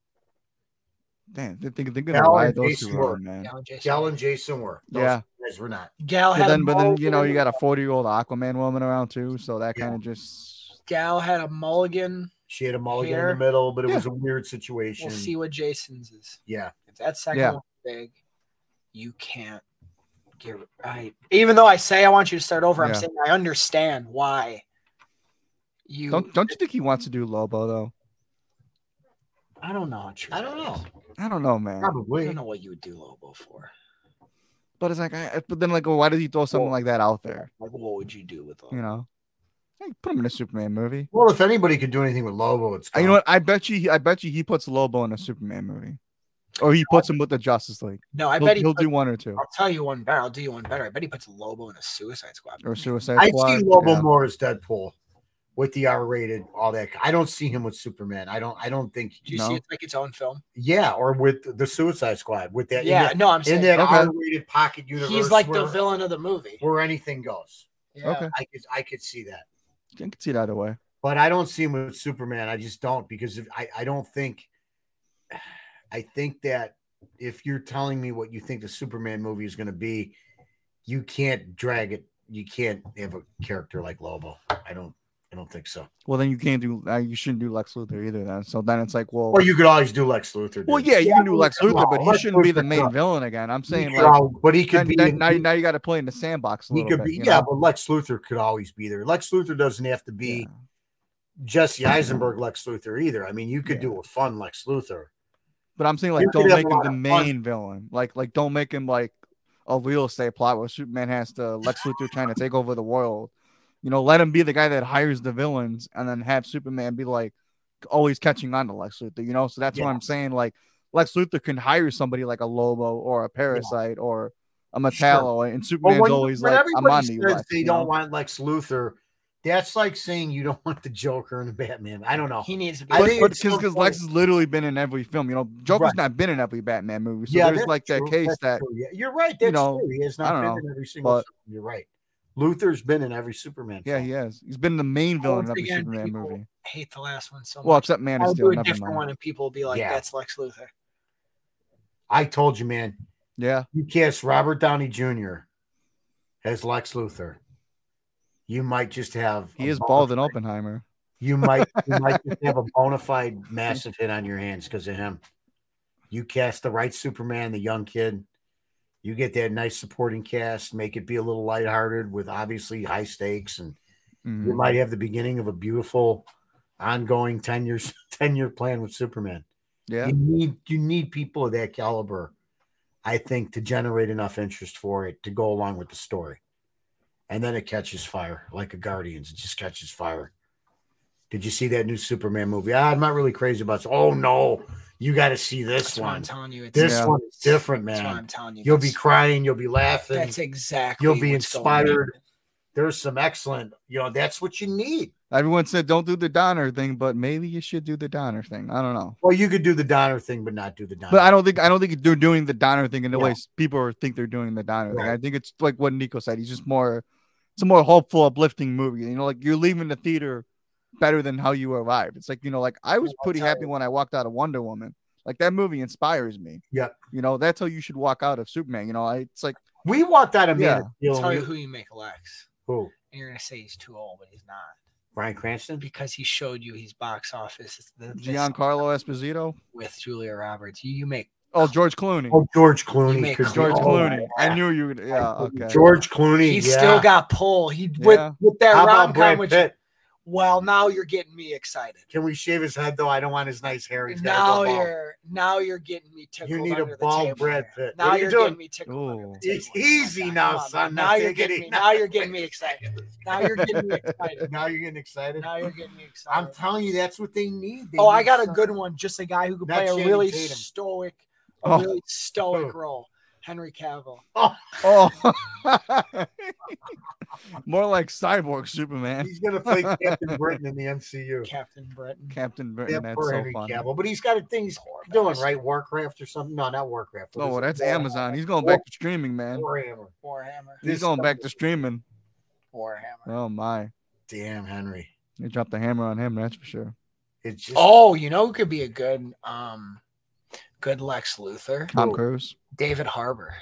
damn, they think they're gonna
Gal
ride
and
those
Jason
two
were-
on, man.
Gal and Jason.
Gal and Jason were. Those
Yeah.
guys were not.
Gal
But
had
then,
a
but then you know you got a
mulligan.
forty year old Aquaman woman around too, so that
Yeah.
kind of just
Gal had a mulligan.
She had a mulligan
Here.
in the middle, but it
Yeah.
was a weird situation.
We'll see what Jason's is.
Yeah,
If that second
Yeah.
one's big, you can't get I even though I say I want you to start over, I'm
Yeah.
saying I understand why you
don't don't you think he wants to do Lobo though?
I don't know. how true
I don't
that is.
know.
I don't know, man.
I
Probably.
don't know what you would do Lobo for.
But it's like, I, but then like, well, why did he throw something
Well,
like that out there?
Like what would you do with Lobo?
You know, hey, put him in a Superman movie.
Well, if anybody could do anything with Lobo, it's
Uh, You
Gal.
know what? I bet you, he- I bet you, he puts Lobo in a Superman movie, or he puts him with the Justice League.
No, I
he'll,
bet he
he'll
put-
do one or two
I'll tell you one better. I'll do you one better. I bet he puts Lobo in a suicide squad.
or Suicide
I
Squad.
see Lobo
yeah.
more as Deadpool with the R-rated, all that. I don't see him with Superman. I don't. I don't think.
Do you
No.
see it's like its own film?
Yeah, or with the Suicide Squad with that. in
Yeah,
that-
no, I'm
in
saying
that
Okay.
R-rated pocket universe.
he's like
where-
the villain of the movie.
where anything goes.
Yeah.
Okay,
I could. I could see that.
I can see it either way.
but I don't see him with Superman. I just don't because if, I I don't think <sighs> I think that if you're telling me what you think the Superman movie is going to be, you can't drag it. You can't have a character like Lobo. I don't. I don't think so.
Well, then you can't do, uh, you shouldn't do Lex Luthor either. Then, so then it's like, well,
Or you could always do Lex Luthor. dude.
well, yeah, you can do Lex
come
Luthor,
on,
but he
Lex
shouldn't be the
Luthor's
main
not-
villain again. I'm saying,
He
like,
could al- but he could
then,
be.
then-
in-
now, now you got to play in the sandbox a
he
little
could
bit.
be.
you
Yeah,
know?
but Lex Luthor could always be there. Lex Luthor doesn't have to be
Yeah.
Jesse Eisenberg Lex Luthor either. I mean, you could
Yeah.
do a fun Lex Luthor.
But I'm saying like
You could
don't
have
make
a
him
lot
the
of fun.
main villain. Like like don't make him like a real estate plot where Superman has to Lex Luthor trying to take over the world. You know, let him be the guy that hires the villains and then have Superman be like always catching on to Lex Luthor, you know? So that's what
Yeah.
I'm saying. Like Lex Luthor can hire somebody like a Lobo or a Parasite or a Metallo, and Superman's
when-
always
when
like, I'm
everybody
on to you.
says
Lex,"
they
you know?
don't want Lex Luthor. That's like saying you <laughs> don't want the Joker and the Batman. I don't know.
He needs to be
I
But
think it's so
because
funny.
Lex has literally been in every film, you know, Joker's
Right.
not been in every Batman movie. So there's
that's
like that
true.
case
That's
that
true. Yeah, you're right. That's
you know,
true. He has
I
not
don't
been
know,
in every single.
but-
film. You're right. Luthor's been in every Superman.
Yeah,
film.
he has. He's been the main villain of
once
every
again,
Superman
people-
movie.
I hate the last one so much.
Well, except Man of
I'll
Steel.
do a
Never
different
mind.
one, and people will be like,
Yeah.
"That's Lex Luthor."
I told you, man.
Yeah,
You cast Robert Downey Jr. as Lex Luthor. You might just have.
he
a
is
bona-
bald in Oppenheimer.
You might you might just have a bona fide massive hit on your hands because of him. You cast the right Superman, the young kid. You get that nice supporting cast, make it be a little lighthearted with obviously high stakes, and you
Mhm.
might have the beginning of a beautiful ongoing 10 years <laughs> 10 year plan with Superman.
Yeah,
You need you need people of that caliber, I think, to generate enough interest for it to go along with the story. And then it catches fire, like a Guardians. It just catches fire. Did you see that new Superman movie? Ah, I'm not really crazy about it. Oh no, You got to see this
That's what I'm
one.
telling you. It's,
This
Yeah.
one is different,
that's what
man.
I'm telling you.
You'll be
That's-
crying. You'll be laughing.
That's exactly.
You'll be
what's going on.
inspired. There's some excellent. You know, that's what you need.
Everyone said don't do the Donner thing, but maybe you should do the Donner thing. I don't know.
Well, you could do the Donner thing, but not do the Donner.
But I don't think I don't think they're doing the Donner thing in the
Yeah.
way people are- think they're doing the Donner thing.
Right.
I think it's like what Nico said. He's just more it's a more hopeful, uplifting movie. You know, like you're leaving the theater better than how you arrived. It's like, you know, like I was
I'll
pretty
tell
happy
you.
when I walked out of Wonder Woman. Like that movie inspires me.
Yep.
You know, that's how you should walk out of Superman. You know, I, it's like
we walked out of Man
Yeah.
of Steel. and
Tell you
we-
who you make Lex,
who?
and you're gonna say he's too old, but he's not
Brian Cranston.
because he showed you his box office it's the, this
Giancarlo Esposito.
with Julia Roberts. You, you make
Oh, George Clooney.
Oh, George
You
Clooney.
make
could be-
George
oh,
Clooney. I knew you would. Yeah.
yeah.
Okay.
George Clooney.
he's
yeah.
still got pull. He
Yeah.
with with that
How
rom
about
com,
Brad
which
Pitt?
well now you're getting me excited.
Can we shave his head though? I don't want his nice hair. He's
Now
got
you're now you're getting me tickled.
You need a
under the
bald
table
Brad
here.
Pitt. What
Now
are you
you're
doing?
getting me tickled. under the
Ooh.
table
It's
here, my
easy
guy.
now,
Come on,
son.
Now,
Now
you're
take it
getting me.
easy.
Now you're
<laughs>
getting me excited. Now you're getting me excited.
Now you're getting excited.
Now you're getting me excited.
I'm telling you, that's what they need. They
Oh, I
need
got a
some-
good one. Just a guy who can
Not
play a
Channing
really
Tatum.
stoic, a
Oh.
really stoic
Who?
role. Henry Cavill.
Oh. <laughs> More like cyborg Superman.
<laughs> He's gonna play Captain Britain in the
<laughs>
MCU.
Captain Britain.
Captain Britain.
Yeah,
that's
poor
so
Henry
funny.
Cavill, but he's got a thing he's
Poor
doing
bastard.
right, Warcraft or something. No, not Warcraft. What
Oh,
is
well,
it?
that's
War-
Amazon. He's going back to streaming, man.
Warhammer.
Warhammer.
He's
Oh, This
going
stuff
back
is-
to streaming.
Warhammer.
Oh my!
Damn, Henry.
They dropped the hammer on him. That's for sure.
It's just
Oh, you know who could be a good um good Lex Luthor?
Tom
Who?
Cruise.
David Harbor.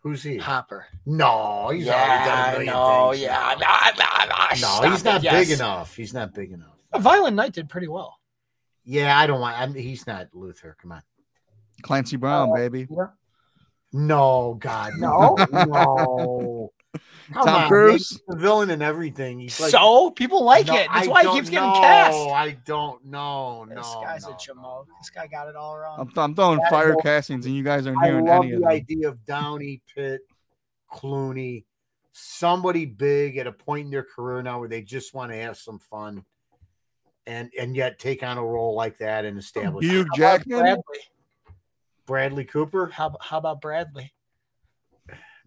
who's he?
Hopper.
No, Oh, he's already done a
yeah,
million
no,
things.
yeah. I- I- I- I- stop
No, he's
it,
not
yes.
big enough. He's not big enough.
A Violent Night did pretty well.
Yeah, I don't want. I'm, he's not Luther. Come on.
Clancy Brown,
Oh.
baby.
No, God, no, <laughs>
oh,
no. Come
Tom
on,
Cruise?
he's the villain and everything. He's like,
so people like
No,
it. That's
I
why he
don't
keeps getting
know.
cast.
I don't know. No,
this guy's
no,
a
no,
Jamo.
no. Um,
This guy got it all wrong.
I'm, I'm throwing
Yeah,
fire
well,
castings, and you guys aren't
I
hearing
love
any of
the
them.
idea of Downey, Pitt, Clooney, somebody big at a point in their career now where they just want to have some fun, and and yet take on a role like that and establish.
Hugh
it.
How about
Jackman.
Bradley?
Bradley Cooper,
How, how about Bradley?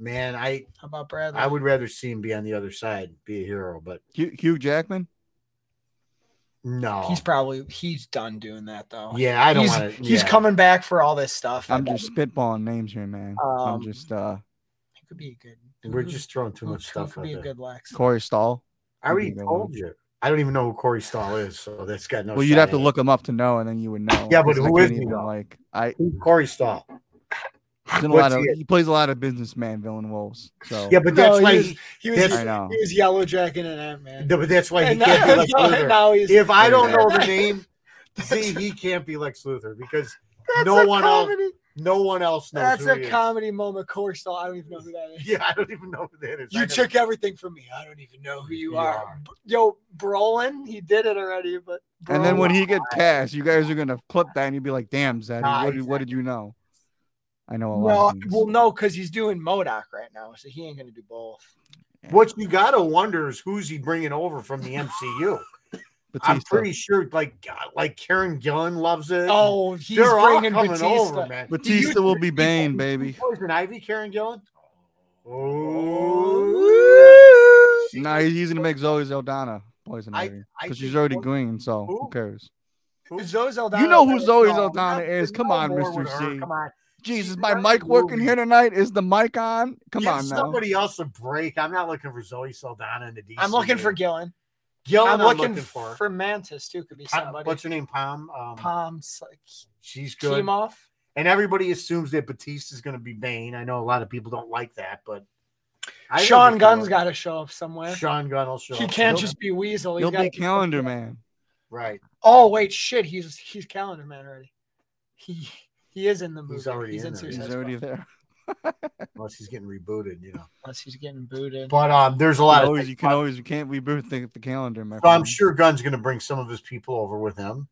man, I
How about Bradley?
I would rather see him be on the other side, be a hero, but
Hugh, Hugh Jackman.
no,
He's probably he's done doing that though.
yeah, I don't
he's,
want to.
he's coming back for all this stuff.
I'm just spitballing names here, man. I'm
Um,
just uh
He could be a good.
We're
who-
just throwing too
who-
much
who
stuff
Could
out
be a
there.
good Lex.
Corey Stahl.
I already
Could be a good
told
one.
you. I don't even know who Corey Stahl is, so that's got no.
well, you'd
shot
have to
at it.
look him up to know, and then you would know.
Yeah, but
because I
who is
can't
he,
even,
though?
Like I,
Who's Corey Stahl.
he's in a
What's
lot of,
he in?
he plays a lot of businessman villain roles. So
Yeah, but
No,
that's
he
why.
is-
He,
He
was-
I know.
he was Yellow Jacket and Ant Man.
no, but that's why he
And now,
can't be Lex
now- <laughs>
Luthor.
now he's
If I don't
Yeah.
know the name, see, he can't be Lex Luthor because
That's
no
a
one else
comedy.
no one else knows.
That's
who
a
he is.
comedy moment. Course, I don't even know who that is.
Yeah, I don't even know who that is. I
You
know-
took everything from me. I don't even know who you
You
are.
are.
B- Yo, Brolin, he did it already, but
And then when
Brolin-
he gets cast, you guys are gonna flip that and you'd be like, "Damn, Zaddy,
Nah,
what,
he's
did, what did you know?" I know a
no,
lot. of things.
well, no, because he's doing Modoc right now, so he ain't gonna do both.
What you gotta wonder is who's he bringing over from
<laughs>
the MCU. I'm
Batista.
pretty sure, like God, like Karen Gillan loves it.
Oh, he's
they're all
bringing
coming
Batista.
over, man.
Batista
you-
will be Bane, baby.
Poison Ivy, Karen Gillan.
Oh.
She-
No, he's gonna make Zoe Zeldana poison
I-
ivy
I
because she's
think
already
Zoe-
green. So who
who?
cares?
Zoe Saldana-
You know who Zoe
No,
Zeldana is? Come
no
on,
more with
Mister
her.
C.
Come on,
Jesus,
She's
my
not in
mic
the
working
movie.
here tonight. Is the mic on? Come
Give
on now.
somebody else a break. I'm not looking for Zoe Saldana in the DC.
I'm looking for Gillen.
Gillan.
I'm,
I'm,
looking,
for.
for. Mantis too. Could be
Pa-
somebody.
What's her name? Pam. Um,
Palms like
She's good.
came off.
And everybody assumes that Batista is going to be Bane. I know a lot of people don't like that, but think
Sean
it's
Gunn's
gonna-
got to show up somewhere.
Sean Gunn will show.
he
up.
can't
He'll-
just be Weasel. He's
He'll
gotta
be Calendar Man.
right.
Oh wait, shit. He's he's Calendar Man already. He he is in the movie. He's
already
in,
in there.
He's
Suicide
already
Squad,
there.
Unless he's getting rebooted, you know.
unless he's getting booted.
But um, there's a
You
lot
always,
of.
you can always, you can't reboot the, the calendar, man.
so I'm sure Gunn's going to bring some of his people over with him.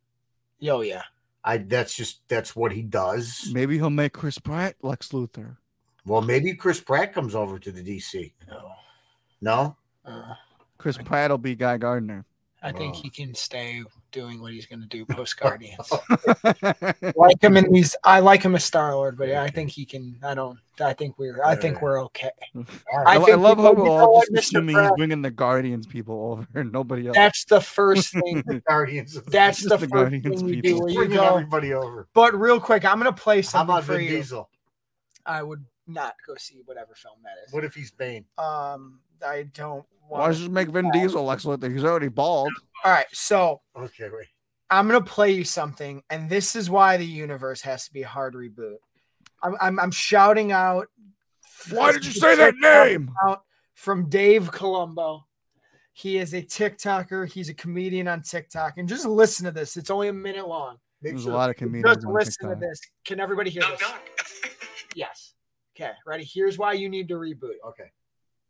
Yo, yeah.
I. That's just that's what he does.
Maybe he'll make Chris Pratt Lex Luthor.
Well, maybe Chris Pratt comes over to the DC.
Oh,
No,
uh,
Chris Pratt will be Guy Gardner. <laughs>
I think
Wow.
he can stay doing what he's going <laughs> to do post Guardians. like him in these, I like him as Star Lord, but I think he can. I don't. I think we're. I think we're okay.
<laughs> I, I
think
love
people-
how
you
we're
know
all
what,
just
Mr.
assuming he's
Pratt?
bringing the Guardians people over and nobody else.
That's
<laughs>
the first thing.
<laughs> Guardians. of the-
That's
Just
the,
the
first
Guardians
thing you do
people.
where you
bringing
go.
everybody over.
But real quick, I'm gonna play
How
something
about
for
Vin
you.
Diesel?
I would not go see whatever film that is.
What if he's Bane?
Um, I don't
Why
want.
just make Vin Diesel like something? He's already bald.
All right, so
Okay, wait.
I'm gonna play you something, and this is why the universe has to be a hard reboot. I'm I'm, I'm shouting out.
Why did you say that name?
Out from Dave Colombo. He is a TikToker. He's a comedian on TikTok, and just listen to this. It's only a minute long.
Make
There's a
sure-
lot of
Just
comedians on
listen to
TikTok.
this. Can everybody hear
Knock,
this?
knock.
Yes. Okay. Ready? Here's why you need to reboot.
Okay.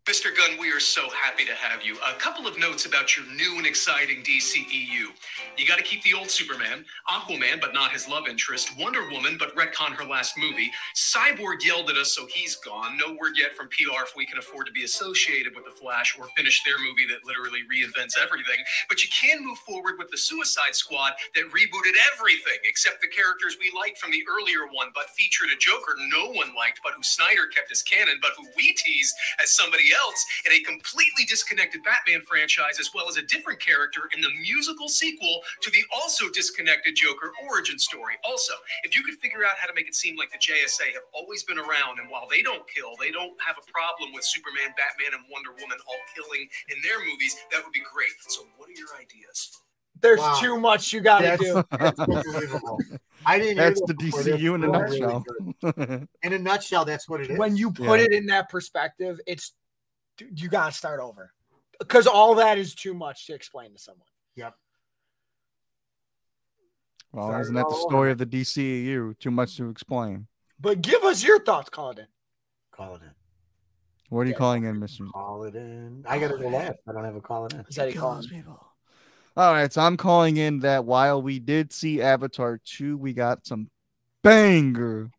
Mr. Gunn, we are so happy to have you. A couple of notes about your new and exciting DCEU. You got to keep the old Superman, Aquaman, but not his love interest, Wonder Woman, but retcon her last movie. Cyborg yelled at us, so he's gone. No word yet from PR if we can afford to be associated with The Flash or finish their movie that literally reinvents everything. But you can move forward with the Suicide Squad that rebooted everything except the characters we liked from the earlier one, but featured a Joker no one liked, but who Snyder kept as canon, but who we teased as somebody else in a completely disconnected Batman franchise, as well as a different character in the musical sequel to the also disconnected Joker origin story. Also, if you could figure out how to make it seem like the JSA have always been around, and while they don't kill, they don't have a problem with Superman, Batman, and Wonder Woman all killing in their movies, that would be great. So, what are your ideas?
There's
Wow.
too much you gotta
That's-
do.
<laughs>
That's unbelievable. I didn't. hear
That's
that
the
before.
DCU in a
That's really
nutshell.
good. In a nutshell, that's what it is.
When you put
Yeah.
it in that perspective, it's dude, you gotta start over because all that is too much to explain to someone.
<laughs> well,
Sorry,
isn't that the
all over.
story of the DCEU? Too much to explain.
But give us your thoughts, Colin.
call it in,
What are you
Yeah.
calling in, Mr.
call it in. I gotta go last. I don't have a call it in.
Is that he
Kill
calling?
those people. All right, so I'm calling in that while we did see Avatar 2, we got some banger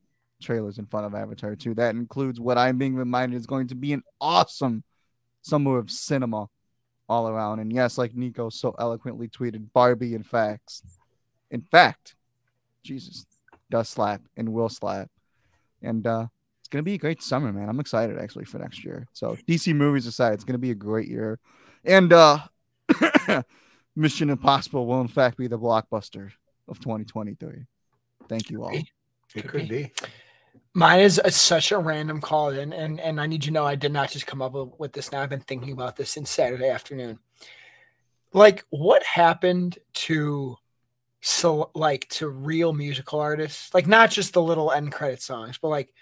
trailers in front of Avatar 2. That includes what I'm being reminded is going to be an awesome summer of cinema all around. And yes, like Nico so eloquently tweeted, Barbie and facts. In fact, Jesus does slap and will slap. And uh it's gonna be a great summer, man. I'm excited actually for next year. So DC movies aside, it's gonna be a great year. And uh <coughs> Mission Impossible will in fact be the blockbuster of 2023. Thank you all.
It
Could
could be.
Mine is a, such a random call in, and and I need you to know I did not just come up with- with this. Now I've been thinking about this since Saturday afternoon. Like, what happened to so like to real musical artists? Like, not just the little end credit songs, but like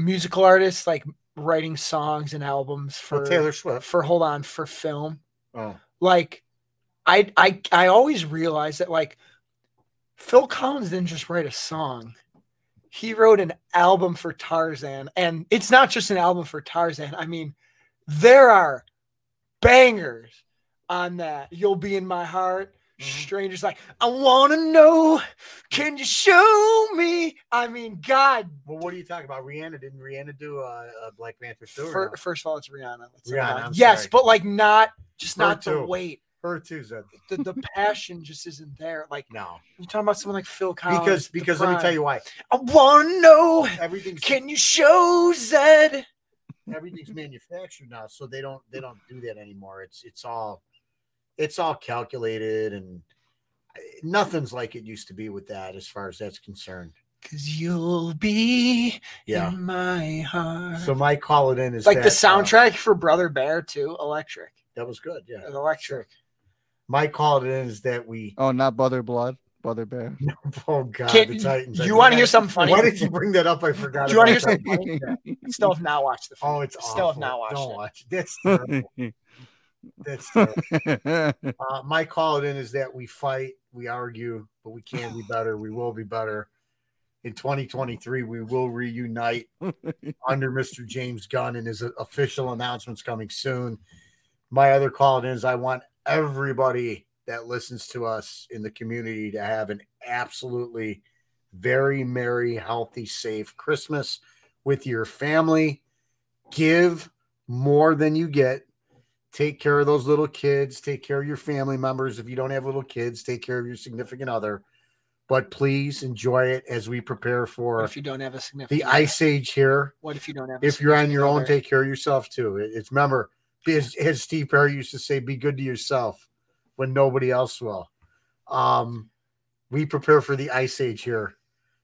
musical artists like writing songs and albums for
For Taylor Swift.
for hold on for film
Oh,
like I I I always realize that like Phil Collins didn't just write a song. He wrote an album for Tarzan and it's not just an album for Tarzan. I mean, there are bangers on that. You'll be in my heart.
Mhm.
Strangers like, I want to know, can you show me? I mean, god.
well, what are you talking about? Rihanna didn't Rihanna do uh, a Black Panther too? or
fir-
no?
first of all, it's Rihanna. It's
Rihanna, I'm
yes,
sorry.
but like not just
Her
not the
too.
weight.
Her too, Zed.
The,
<laughs>
the passion just isn't there. Like
No,
You're talking about someone like Phil Collins.
because because let me tell you why.
I wanna know. <laughs>
Everything's
Can you show Zed?
everything's manufactured now, so they don't they don't do that anymore. It's it's all it's all calculated and eh, nothing's like it used to be with that as far as that's concerned.
Cause you'll be
Yeah.
in my heart.
So my call it in is
It's Mm-hmm. like
that,
the
uh,
soundtrack for Brother Bear too. Electric.
that was good. Yeah.
Electric.
My call it in is that we
Oh, not Brother Blood, Brother Bear.
<laughs> oh god
Can,
the Titans. I
you want to
forgot-
hear something funny?
Why did you bring that up? I forgot.
Do you wanna
about
hear
that.
<laughs>
something Still have not watched the film.
Oh, it's
Still have
awful.
not watched
Don't
it.
watch. it. That's terrible. That's terrible.
<laughs>
Uh, my call it in is that we fight, we argue, but we can be better. We will be better. In 2023, we will reunite under Mr. James Gunn and his uh, official announcements coming soon. My other call it in is I want everybody that listens to us in the community to have an absolutely very merry, healthy, safe Christmas with your family. Give more than you get. Take care of those little kids. Take care of your family members. If you don't have little kids, take care of your significant other. But please enjoy it as we prepare
What
for
if you don't have a significant
the ice age here.
What if you don't have? a
If you're on your own,
significant
take care of yourself too. It- It's remember, be- as, as Steve Perry used to say, be good to yourself when nobody else will. Um, we prepare for the ice age here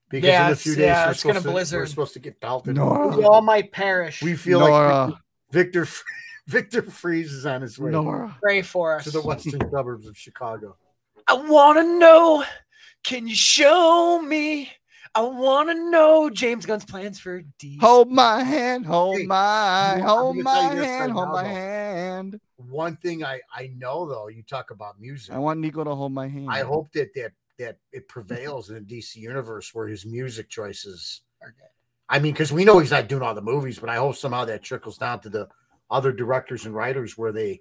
because in a
Yes,
few days
yeah,
we're,
it's gonna
supposed to, we're
blizzard.
supposed to get pelted.
No.
<laughs>
other? we all might perish.
We
We
feel
Nora.
like Victor <laughs> Victor Freeze is on his way
Nora.
pray for us.
to the western suburbs of Chicago.
I want to know. Can you show me? I want to know James Gunn's plans for D.
Hold my hand, hold
Hey,
my,
I'm
hold
gonna tell
my
you this
hand,
right
hold
now,
my
though.
hand.
One thing I I know though, you talk about music.
I want Nico to hold my hand.
I hope that that that it prevails in the DC universe where his music choices are good. I mean, because we know he's not doing all the movies, but I hope somehow that trickles down to the other directors and writers where they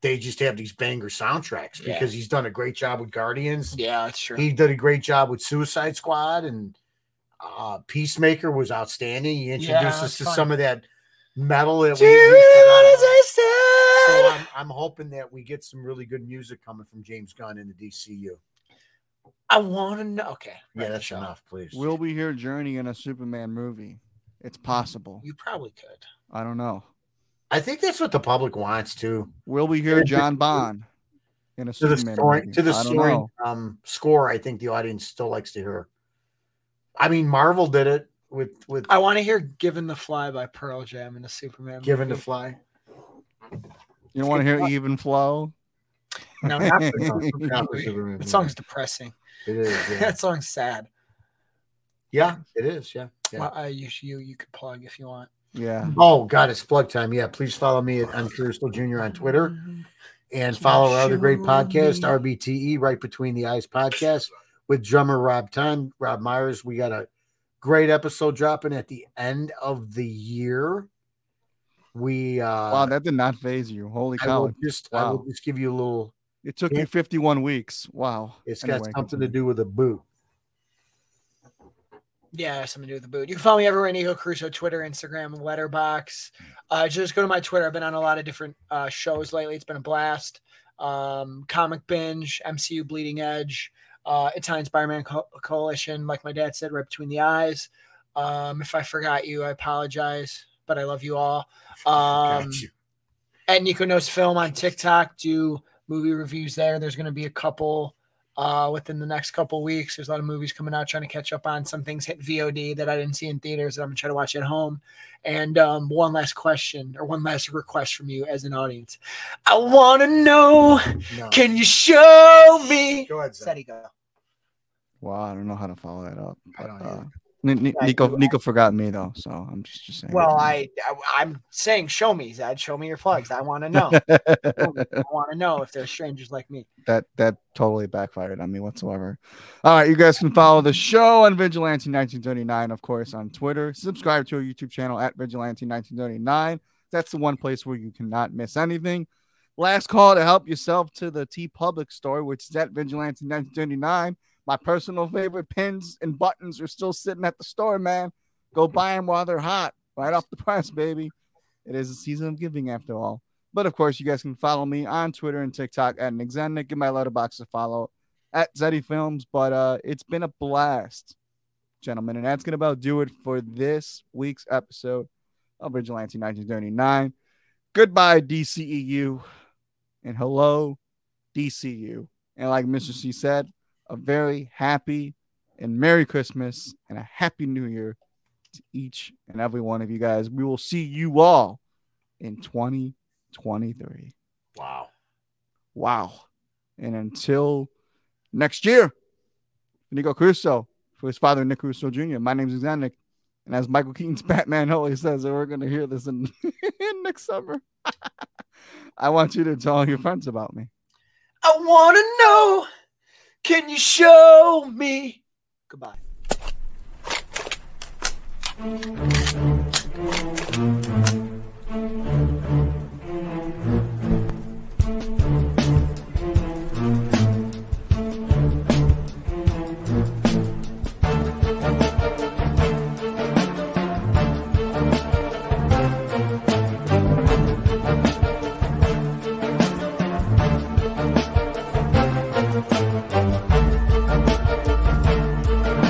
they just have these banger soundtracks
Yeah.
because he's done a great job with Guardians.
Yeah, that's true.
He did a great job with Suicide Squad and uh Peacemaker was outstanding. He introduced
Yeah,
us
that's
to
fun.
some of that metal that
Do
we
you
used to
really
have.
want as I
So
said?
I'm, I'm hoping that we get some really good music coming from James Gunn in the DCU.
I want to know. Okay.
Yeah,
right,
that's
so
enough, please.
Will we hear Journey in a Superman movie? It's possible.
You probably could.
I don't know.
I think that's what the public wants too.
Will we hear John Bond in a
To the
Superman
story,
movie?
to the
I don't
story,
know.
um, score, I think the audience still likes to hear. I mean, Marvel did it with with
I want to hear "Given the Fly" by Pearl Jam in a Superman.
"Given to
movie.
Fly."
You don't want to hear Even Flow?
No, not for
Not for <laughs> Superman,
That
yeah.
song's depressing.
It is,
<laughs>
yeah.
that song's sad.
yeah, it is, yeah. Yeah.
Well, I use you. You could plug if you want.
<laughs> yeah.
Oh God, it's plug time. Yeah, please follow me at I'm Curious Little Junior on Twitter.
Mm-hmm.
and follow our other great podcast,
Sure.
RBTE, E, Right Between the Eyes podcast with drummer Rob Time, Rob Myers. We got a great episode dropping at the end of the year. We uh
Wow, that did not phase you. Holy
I will
cow.
just I will
Wow.
just give you a little
It took
yeah.
you 51 weeks. Wow.
it's
Anyway,
got something to do with a boot.
Yeah, something to do with the boot. You can follow me everywhere: Nico Caruso, Twitter, Instagram, Letterbox. Uh, just go to my Twitter. I've been on a lot of different uh, shows lately. It's been a blast. Um, Comic binge, MCU Bleeding Edge, uh, Italian Spider-Man Co- Coalition. Like my dad said, right between the eyes. Um, if I forgot you, I apologize, but I love you all. Um,
Got you.
at Nico Knows Film on TikTok. Do movie reviews there. There's going to be a couple uh, within the next couple weeks. There's a lot of movies coming out, trying to catch up on some things hit VOD that I didn't see in theaters that I'm going to try to watch at home. And um, one last question or one last request from you as an audience. I want to know,
No.
can you show me?
Go ahead, Zach.
Steady go.
Wow, I don't know how to follow that up.
I don't
but, uh,
either.
Ni- Ni-
Yeah,
Nico,
you-
Nico forgot me though, so I'm just, just saying.
Well, I, I I'm saying show me, Zad. Show me your plugs. I want to know.
<laughs>
I want to know if there's strangers like me.
that that totally backfired on me whatsoever. All right, you guys can follow the show on Vigilante 1939, of course, on Twitter. Subscribe to our YouTube channel at Vigilante 1939. That's the one place where you cannot miss anything. Last call to help yourself to the T Public store, which is at Vigilante 1939. My personal favorite pins and buttons are still sitting at the store, man. Go buy them while they're hot, right off the press, baby. It is a season of giving after all. But of course, you guys can follow me on Twitter and TikTok at Nick Zennick. Give my letterbox a follow at Zeddy Films. But uh, it's been a blast, gentlemen. And that's going to about do it for this week's episode of Vigilante 1939. Goodbye, DCEU. And hello, DCU. And like Mr. C said, a very happy and Merry Christmas and a Happy New Year to each and every one of you guys. We will see you all in 20- 23.
Wow.
Wow. And until next year, Nico Crusoe, for his father, Nick Crusoe Jr., my name's Xanik. And as Michael Keaton's <laughs> Batman always says, and we're going to hear this in, <laughs> in next summer, <laughs> I want you to tell all your friends about me.
I want to know. Can you show me? Goodbye.